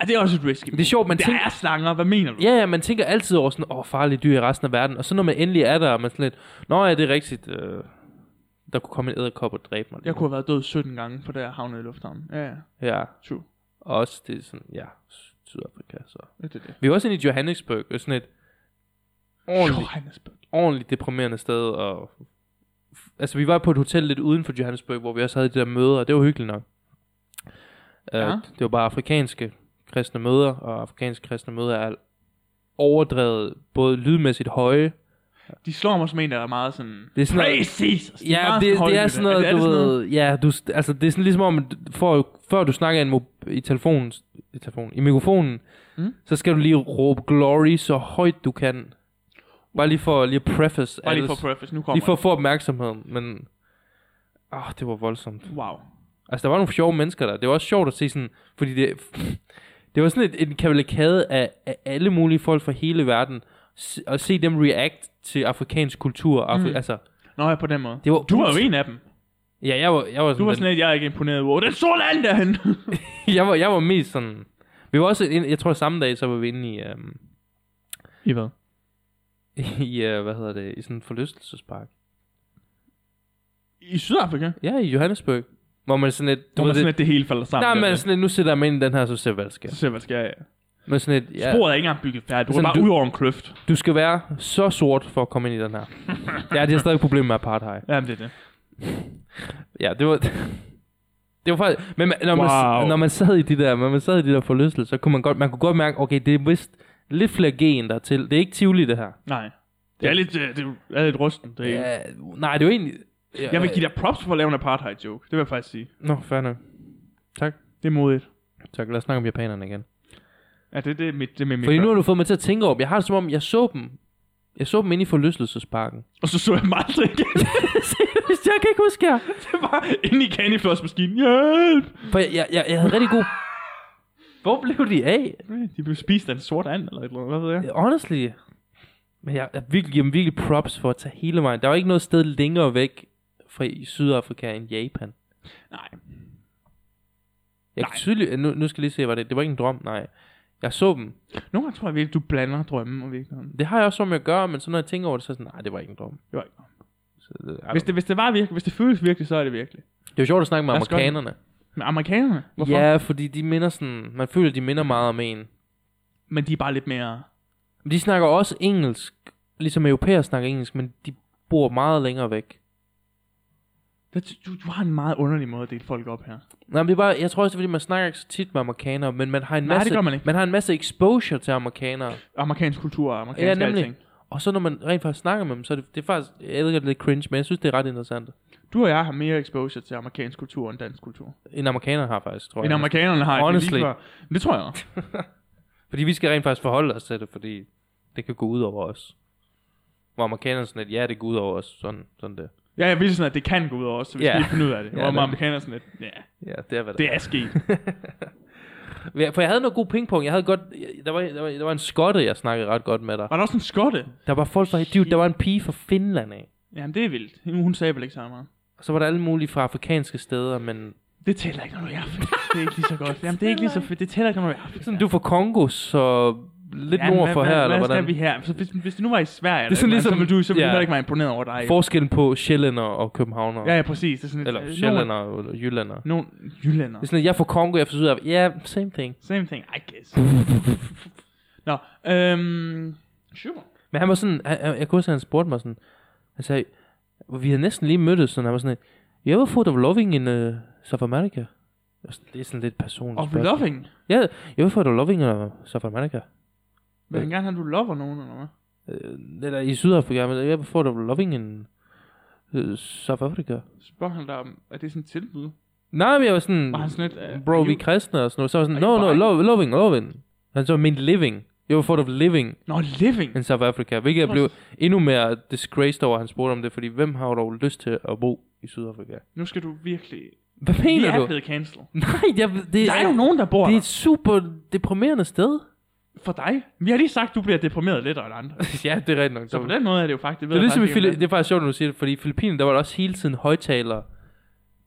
Speaker 2: Ah, det er også et risky.
Speaker 1: Det er sjovt, man
Speaker 2: Der
Speaker 1: tænker-
Speaker 2: er slanger, hvad mener du?
Speaker 1: Ja, ja, man tænker altid over sådan, åh, farlige dyr i resten af verden. Og så når man endelig er der, er man sådan lidt, nå ja, det er rigtigt, øh, der kunne komme en æderkop og dræbe mig. lige
Speaker 2: Jeg
Speaker 1: nu."
Speaker 2: kunne have været død 17 gange, for der jeg havnede i lufthavnen. Ja, ja.
Speaker 1: Ja,
Speaker 2: True.
Speaker 1: og også det er sådan, ja, Sydafrika, så.
Speaker 2: Ja, Det er det.
Speaker 1: Vi var også inde i Johannesburg, og sådan et ordentligt,
Speaker 2: Johannesburg.
Speaker 1: ordentligt deprimerende sted, og altså vi var på et hotel lidt uden for Johannesburg, hvor vi også havde de der møder, og det var hyggeligt nok.
Speaker 2: Ja.
Speaker 1: Ja. Uh, det var bare afrikanske kristne møder, og afrikanske kristne møder er overdrevet, både lydmæssigt høje.
Speaker 2: De slår mig som en, der er meget sådan...
Speaker 1: Det er sådan noget-
Speaker 2: Præcis! Altså, de
Speaker 1: Ja,
Speaker 2: meget
Speaker 1: det, det er
Speaker 2: højlydte.
Speaker 1: sådan noget,
Speaker 2: det- det
Speaker 1: du
Speaker 2: sådan noget?
Speaker 1: ved, ja, du, st- altså det er sådan ligesom om, at for, før du snakker i en mob- i telefonen, i, telefonen, i mikrofonen,
Speaker 2: Mm.
Speaker 1: mm. så skal du lige råbe glory så højt du kan. Bare lige for lige at preface
Speaker 2: Bare lige for
Speaker 1: alles.
Speaker 2: preface, nu kommer
Speaker 1: Lige for at få opmærksomheden, men... Åh, oh, det var voldsomt.
Speaker 2: det. Wow.
Speaker 1: Altså, der var nogle sjove mennesker der. Det var også sjovt at se sådan... Fordi det... Det var sådan et, en kavalkade af, af alle mulige folk fra hele verden. S- og se dem react til afrikansk kultur. Afri-
Speaker 2: Mm.
Speaker 1: mm. Altså,
Speaker 2: Nå ja, på den måde.
Speaker 1: det var...
Speaker 2: Du var jo en af dem.
Speaker 1: Ja, jeg var, jeg var sådan...
Speaker 2: Du var
Speaker 1: den-
Speaker 2: sådan lidt, jeg er ikke imponeret over. Den sorte and derhen.
Speaker 1: jeg, var, jeg var mest sådan... Vi var også... ind- Jeg tror, samme dag, så var vi inde i... Øhm,
Speaker 2: I hvad?
Speaker 1: i, øh, hvad hedder det, i sådan en forlystelsespark.
Speaker 2: I Sydafrika?
Speaker 1: Ja, i Johannesburg. Hvor man sådan lidt...
Speaker 2: Du var
Speaker 1: ved
Speaker 2: sådan
Speaker 1: det,
Speaker 2: lidt, det hele falder sammen.
Speaker 1: nej,
Speaker 2: der.
Speaker 1: men sådan lidt, nu sætter jeg mig ind i den her, så ser jeg, hvad der sker.
Speaker 2: Så ser jeg, hvad der sker. Ja.
Speaker 1: Men sådan lidt, ja,
Speaker 2: Sporet er ikke engang bygget færdigt. Du var
Speaker 1: Sådan,
Speaker 2: bare
Speaker 1: du-
Speaker 2: ud over en kløft.
Speaker 1: du skal være så sort for at komme ind i den her. ja, det er stadig et problem med apartheid.
Speaker 2: Jamen, det er det.
Speaker 1: Ja, det var... Det var faktisk... Men man, når, wow.
Speaker 2: Wow.
Speaker 1: man, når man sad i de der, når man sad i de der forlystelser, så kunne man godt, man kunne godt mærke, okay, det er vist lidt flere gen der er til. Det er ikke tivoli, det her.
Speaker 2: Nej. Det er lidt, øh, det er lidt rusten. Det er ja.
Speaker 1: Ja, nej, det er jo egentlig... Ja,
Speaker 2: Jeg vil give dig props for at lave en apartheid-joke. Det vil jeg faktisk sige.
Speaker 1: Nå, fair nok.
Speaker 2: Det er modigt.
Speaker 1: Tak, lad os snakke om japanerne igen.
Speaker 2: Ja, det, det er mit, det er mit, mit
Speaker 1: Fordi nu har du fået mig til at tænke over dem. Jeg har det som om, jeg så dem. Jeg så dem inde i forlystelsesparken.
Speaker 2: Og så så jeg mig aldrig igen.
Speaker 1: Seriøst, jeg kan ikke huske jer.
Speaker 2: det var inde i candyflossmaskinen. Hjælp!
Speaker 1: For jeg, jeg, jeg, jeg havde rigtig god... Hvor blev de af?
Speaker 2: De blev spist af en sort and, eller et eller andet. Hvad ved jeg?
Speaker 1: Honestly. Men jeg, jeg virkelig, giver dem virkelig props for at tage hele vejen. Der var ikke noget sted længere væk fra i Sydafrika end Japan.
Speaker 2: Nej.
Speaker 1: Jeg
Speaker 2: Nej.
Speaker 1: kan tydeligt... Nu, nu skal jeg lige se, hvad det... Det var ikke en drøm, nej. Jeg så dem.
Speaker 2: Nogle gange tror jeg virkelig, du blander drømme og virkeligheden.
Speaker 1: Det har jeg også som jeg gør, men så når jeg tænker over det, så er jeg sådan, nej, det var ikke en drøm.
Speaker 2: Det var ikke
Speaker 1: Så det,
Speaker 2: Hvis det, hvis det var virkelig, hvis det føles virkelig, så er det virkelig.
Speaker 1: det var sjovt at snakke med
Speaker 2: Lad os gøre det.
Speaker 1: amerikanerne.
Speaker 2: Men amerikanerne, hvorfor?
Speaker 1: Ja, fordi de minder sådan... Man føler, de minder meget om en.
Speaker 2: Men de er bare lidt mere...
Speaker 1: Men de snakker også engelsk, ligesom europæer snakker engelsk, men de bor meget længere væk.
Speaker 2: Det Jeg ty- Du, du har en meget underlig måde at dele folk op her.
Speaker 1: Nej, men det er bare, jeg tror også, det er, fordi man snakker ikke så tit med amerikanere, men man har en
Speaker 2: Nej, det
Speaker 1: masse,
Speaker 2: gør man ikke.
Speaker 1: man har en masse exposure til amerikanere.
Speaker 2: Amerikansk kultur og amerikansk
Speaker 1: Ja, nemlig.
Speaker 2: alting.
Speaker 1: Og så når man rent faktisk snakker med dem, så er det, det er faktisk, jeg ved godt, det er lidt cringe, men jeg synes, det er ret interessant.
Speaker 2: Du og jeg har mere exposure til amerikansk kultur end dansk kultur.
Speaker 1: En amerikaner har faktisk, tror
Speaker 2: End
Speaker 1: jeg.
Speaker 2: amerikanerne har. Det, er
Speaker 1: Honestly.
Speaker 2: lige før. Men det tror jeg. også.
Speaker 1: Fordi vi skal rent faktisk forholde os til det, fordi det kan gå ud over os. Hvor amerikanerne sådan lidt, ja, det går ud over os, sådan, sådan det.
Speaker 2: Ja, jeg vil sådan, at det kan gå ud over os, så vi
Speaker 1: Ja.
Speaker 2: skal lige finde ud af det.
Speaker 1: Ja,
Speaker 2: Hvor
Speaker 1: nemlig.
Speaker 2: amerikanerne sådan lidt, ja,
Speaker 1: Ja, det er, hvad det,
Speaker 2: det er sket.
Speaker 1: det. er. For jeg havde noget god pingpong, jeg havde godt, jeg- der var, der var, der var en skotte, jeg snakkede ret godt med dig.
Speaker 2: Var der også en skotte?
Speaker 1: Der var folk fra, dude, der var en pige fra Finland af.
Speaker 2: Jamen, det er vildt. Hun hun sagde vel ikke så meget.
Speaker 1: Og så var der alle mulige fra afrikanske steder, men
Speaker 2: Det tæller ikke, når du er i Afrika. Det er ikke lige så godt. Jamen, det er ikke lige så fedt. Det tæller ikke, når du er i Afrika.
Speaker 1: sådan, du er fra Kongo, så lidt
Speaker 2: Jamen,
Speaker 1: nord for
Speaker 2: hvad,
Speaker 1: her,
Speaker 2: hvad,
Speaker 1: eller
Speaker 2: hvad
Speaker 1: hvordan?
Speaker 2: skal vi her? Så hvis, hvis det nu var i Sverige, eller
Speaker 1: sådan
Speaker 2: et eller
Speaker 1: ligesom-
Speaker 2: andet, så ville du, så ville
Speaker 1: ja.
Speaker 2: du heller ikke være imponeret over dig.
Speaker 1: Forskellen på sjællænder og københavner.
Speaker 2: Ja, ja, præcis. Det er sådan et,
Speaker 1: Eller
Speaker 2: øh,
Speaker 1: sjællænder eller jyllænder. Det
Speaker 2: Nogen, nogen jyllænder.
Speaker 1: er sådan, at jeg er fra Kongo, jeg er fra Sydafrika. Ja, same thing.
Speaker 2: Same thing, I guess. Nå, øhm, super.
Speaker 1: Men han var sådan, han, han- jeg kunne huske, at han spurgte mig sådan, han sagde, vi havde næsten lige mødtes, sådan, han var sådan, you ever thought of loving in uh, South America? Og sådan, Det er sådan lidt personligt.
Speaker 2: Og
Speaker 1: spørgsmål.
Speaker 2: loving.
Speaker 1: Ja, you ever thought of loving in uh, South America?
Speaker 2: Vil han gerne have, at du lover nogen, eller hvad?
Speaker 1: Uh, eller i Sydafrika, men you ever thought of loving in uh, South Africa?
Speaker 2: Spørger han dig om, er det sådan et tilbud?
Speaker 1: Nej, men jeg var sådan,
Speaker 2: Var han sådan lidt... øh,
Speaker 1: bro, vi er
Speaker 2: you-
Speaker 1: kristne og sådan noget. Så var jeg sådan,
Speaker 2: Are
Speaker 1: no,
Speaker 2: you
Speaker 1: no,
Speaker 2: bi?
Speaker 1: lo- loving, loving. Han så mente living. You ever thought of living
Speaker 2: Nå, living.
Speaker 1: in South Africa? Hvilket jeg
Speaker 2: Tror-
Speaker 1: blev endnu mere disgraced over, at han spurgte om det, fordi hvem har dog lyst til at bo i Sydafrika?
Speaker 2: Nu skal du virkelig...
Speaker 1: Hvad
Speaker 2: Vi
Speaker 1: mener
Speaker 2: er
Speaker 1: du?
Speaker 2: blevet cancelled.
Speaker 1: Nej, jeg, det,
Speaker 2: Der er jo nogen, der bor
Speaker 1: det er
Speaker 2: der.
Speaker 1: et super deprimerende sted.
Speaker 2: For dig. Vi har lige sagt, at du bliver deprimeret lidt end andre.
Speaker 1: ja, det er rigtigt nok.
Speaker 2: Så på den måde er det jo faktisk... ved
Speaker 1: det, er
Speaker 2: jeg
Speaker 1: ligesom i
Speaker 2: faktisk ikke,
Speaker 1: Fili-
Speaker 2: om
Speaker 1: det er faktisk sjovt, når du siger det, fordi i Filippinerne, der var der også hele tiden højtalere.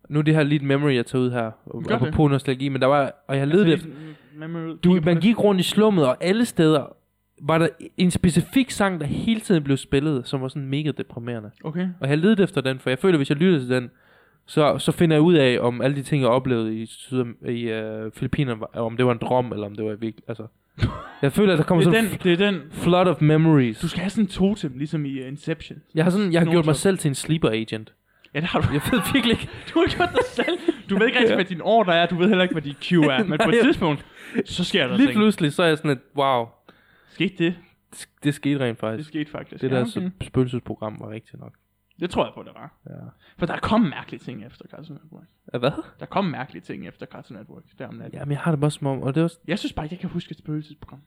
Speaker 1: Nu er det her lidt memory, jeg tager ud her, og,
Speaker 2: Gør
Speaker 1: og på
Speaker 2: det. Altså,
Speaker 1: nostalgi, men der var, og jeg
Speaker 2: det er.
Speaker 1: led
Speaker 2: Så
Speaker 1: efter,
Speaker 2: lige- memory-
Speaker 1: du, man gik rundt i slummet, og alle steder var der en specifik sang, der hele tiden blev spillet, som var sådan mega deprimerende.
Speaker 2: Okay.
Speaker 1: Og jeg ledte efter den, for jeg føler, at hvis jeg lytter til den, så, så finder jeg ud af, om alle de ting, jeg oplevede i, Syd- i øh, Filippinerne, var- om det var en drøm, eller om det var virkelig. Altså, jeg føler, at der kommer
Speaker 2: Det er,
Speaker 1: sådan
Speaker 2: den,
Speaker 1: en
Speaker 2: det er den...
Speaker 1: flood of memories.
Speaker 2: Du skal have sådan en totem, ligesom i øh, Inception.
Speaker 1: Jeg har, sådan, jeg har
Speaker 2: Nogen
Speaker 1: gjort mig
Speaker 2: top.
Speaker 1: selv til en sleeper agent.
Speaker 2: Ja, det har du.
Speaker 1: Jeg ved virkelig ikke.
Speaker 2: Du har gjort dig selv. Du ved ikke rigtig, hvad din order er. Du ved heller ikke, hvad din Q er. Men på
Speaker 1: Nej,
Speaker 2: et
Speaker 1: jeg-
Speaker 2: tidspunkt, så sker der
Speaker 1: Lige
Speaker 2: ting.
Speaker 1: pludselig, så er jeg sådan et, wow,
Speaker 2: Skete det?
Speaker 1: det sk- det skete rent
Speaker 2: Det
Speaker 1: faktisk.
Speaker 2: skete faktisk.
Speaker 1: Det
Speaker 2: ja,
Speaker 1: der
Speaker 2: okay.
Speaker 1: okay. spøgelsesprogram var rigtigt nok.
Speaker 2: det tror jeg på, det var.
Speaker 1: Ja.
Speaker 2: For der kom mærkelige ting efter Cartoon Network.
Speaker 1: Ah, Hvad?
Speaker 2: Der kom mærkelige ting efter Cartoon Network. Der om natten.
Speaker 1: Jamen, jeg har det bare som om, og det er også,
Speaker 2: Jeg synes bare ikke, jeg kan huske et spøgelsesprogram.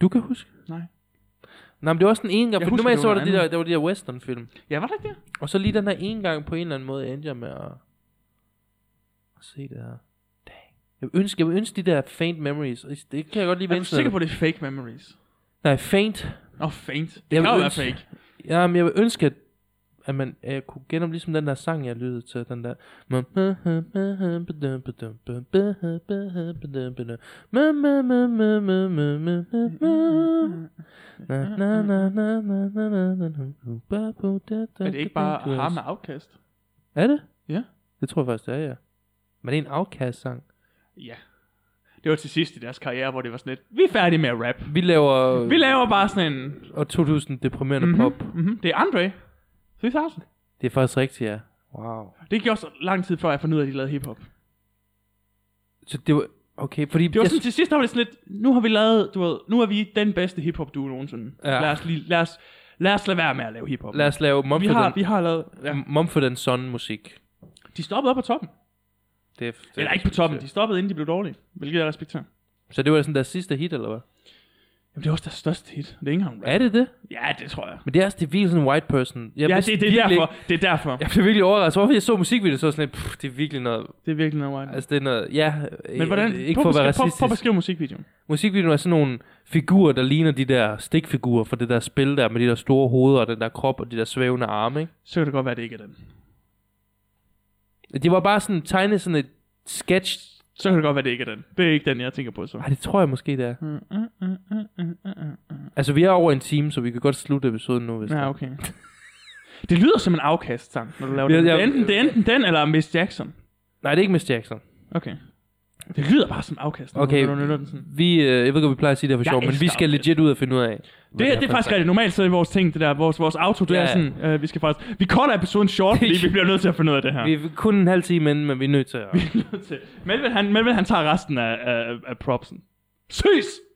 Speaker 1: du kan huske.
Speaker 2: Nej.
Speaker 1: Nej, men det var også den ene gang,
Speaker 2: Jeg
Speaker 1: for
Speaker 2: husker,
Speaker 1: normalt
Speaker 2: det
Speaker 1: så var
Speaker 2: var
Speaker 1: der de
Speaker 2: noget
Speaker 1: der, der, var de der western film.
Speaker 2: Ja, var det ikke det?
Speaker 1: Og så lige den her ene gang på en eller anden måde endte jeg med at, at se det her. Dang. Jeg vil ønske, jeg vil ønske de der faint memories. og Det kan jeg godt lige
Speaker 2: Jeg er
Speaker 1: vente.
Speaker 2: sikker på, det er fake memories.
Speaker 1: Nej, faint.
Speaker 2: Nå, faint. Det
Speaker 1: Jeg
Speaker 2: kan jo
Speaker 1: vil
Speaker 2: være
Speaker 1: ønske-
Speaker 2: fake.
Speaker 1: Jamen, jeg vil ønske, at, at man at jeg kunne gennem ligesom den der sang, jeg lyttede til. Den der...
Speaker 2: Er det ikke bare ham med afkast?
Speaker 1: Er det?
Speaker 2: Ja.
Speaker 1: Det tror jeg faktisk, det er, ja. Men det er en afkast-sang.
Speaker 2: Ja. Det var til sidst i deres karriere, hvor det var sådan lidt, vi er færdige med at rap.
Speaker 1: Vi laver...
Speaker 2: Vi laver bare sådan en...
Speaker 1: Og 2000 deprimerende
Speaker 2: Mhm,
Speaker 1: pop.
Speaker 2: mhm. Det er Andre. 3000.
Speaker 1: Det er faktisk rigtigt, ja. Wow.
Speaker 2: Det gik også lang tid før, jeg fandt ud af, at de lavede hiphop.
Speaker 1: Så det var... Okay, fordi...
Speaker 2: Det var
Speaker 1: jeg-
Speaker 2: sådan, til sidst der var det sådan lidt, nu har vi lavet, du ved, nu er vi den bedste hiphop duo nogensinde.
Speaker 1: Ja.
Speaker 2: Ja. Lad, os lige, lad, os, lad os lade være med at lave hiphop.
Speaker 1: Lad os lave
Speaker 2: vi
Speaker 1: Mumford,
Speaker 2: har,
Speaker 1: and,
Speaker 2: vi har lavet, ja.
Speaker 1: M- Mumford and Son musik.
Speaker 2: de stoppede op på toppen.
Speaker 1: Det er, det
Speaker 2: Eller ikke på toppen, de stoppede inden de blev dårlige, hvilket jeg respekterer.
Speaker 1: Så det var sådan deres sidste hit, eller hvad?
Speaker 2: Jamen det er også deres største hit, det er ikke engang rap.
Speaker 1: Er det det?
Speaker 2: Ja, det tror jeg.
Speaker 1: Men det er også, det er virkelig sådan en white person. Jeg
Speaker 2: Ja,
Speaker 1: vidste
Speaker 2: det, det, er
Speaker 1: virkelig
Speaker 2: derfor,
Speaker 1: ikke-
Speaker 2: det er derfor.
Speaker 1: Jeg blev virkelig overrasket. Hvorfor jeg så musikvideoen, så var jeg sådan lidt, "Pff, det er virkelig noget...
Speaker 2: Det er virkelig noget white.
Speaker 1: Altså, det er noget... Ja, øh,
Speaker 2: Men hvordan,
Speaker 1: ikke
Speaker 2: prøv
Speaker 1: for at være
Speaker 2: beskrive- prøv-
Speaker 1: racistisk.
Speaker 2: Prøv at beskrive musikvideoen.
Speaker 1: Musikvideoen er sådan nogle figurer, der ligner de der stikfigurer fra det der spil der, med de der store hoveder og den der krop og de der svævende arme, ikke?
Speaker 2: Så kan det godt være, det ikke er den.
Speaker 1: Det var bare sådan tegnet sådan et sketch.
Speaker 2: Så kan det godt være, det ikke er den. Det er ikke den, jeg tænker på så.
Speaker 1: Ej, det tror jeg måske, det er.
Speaker 2: Mm, mm, mm, mm, mm, mm, mm.
Speaker 1: Altså, vi er over en time, så vi kan godt slutte episoden nu, hvis det
Speaker 2: Ja,
Speaker 1: er.
Speaker 2: okay. Det lyder som en afkast sang, når du laver
Speaker 1: Ja,
Speaker 2: det.
Speaker 1: ja.
Speaker 2: Det er enten, det er enten den, eller Miss Jackson.
Speaker 1: Nej, det er ikke Miss Jackson.
Speaker 2: Okay. Det lyder bare som afkast. når
Speaker 1: Okay,
Speaker 2: du nynner den sådan.
Speaker 1: vi, øh, jeg ved ikke, om vi plejer at sige det her for
Speaker 2: Jeg
Speaker 1: sjov, men vi
Speaker 2: elsker
Speaker 1: skal
Speaker 2: afkast.
Speaker 1: legit ud og finde ud af. hvad
Speaker 2: Det, det,
Speaker 1: for
Speaker 2: det
Speaker 1: en
Speaker 2: er faktisk rigtigt. Normalt så er vores ting, det der, vores, vores auto, det
Speaker 1: Ja.
Speaker 2: er sådan, øh, vi skal faktisk, vi cutter episoden short, fordi vi bliver nødt til at finde ud af det her.
Speaker 1: Vi er kun en halv time inden, men vi er nødt til at...
Speaker 2: nødt til. Melvin, han, Melvin, han tager resten af, af, af propsen. Ses!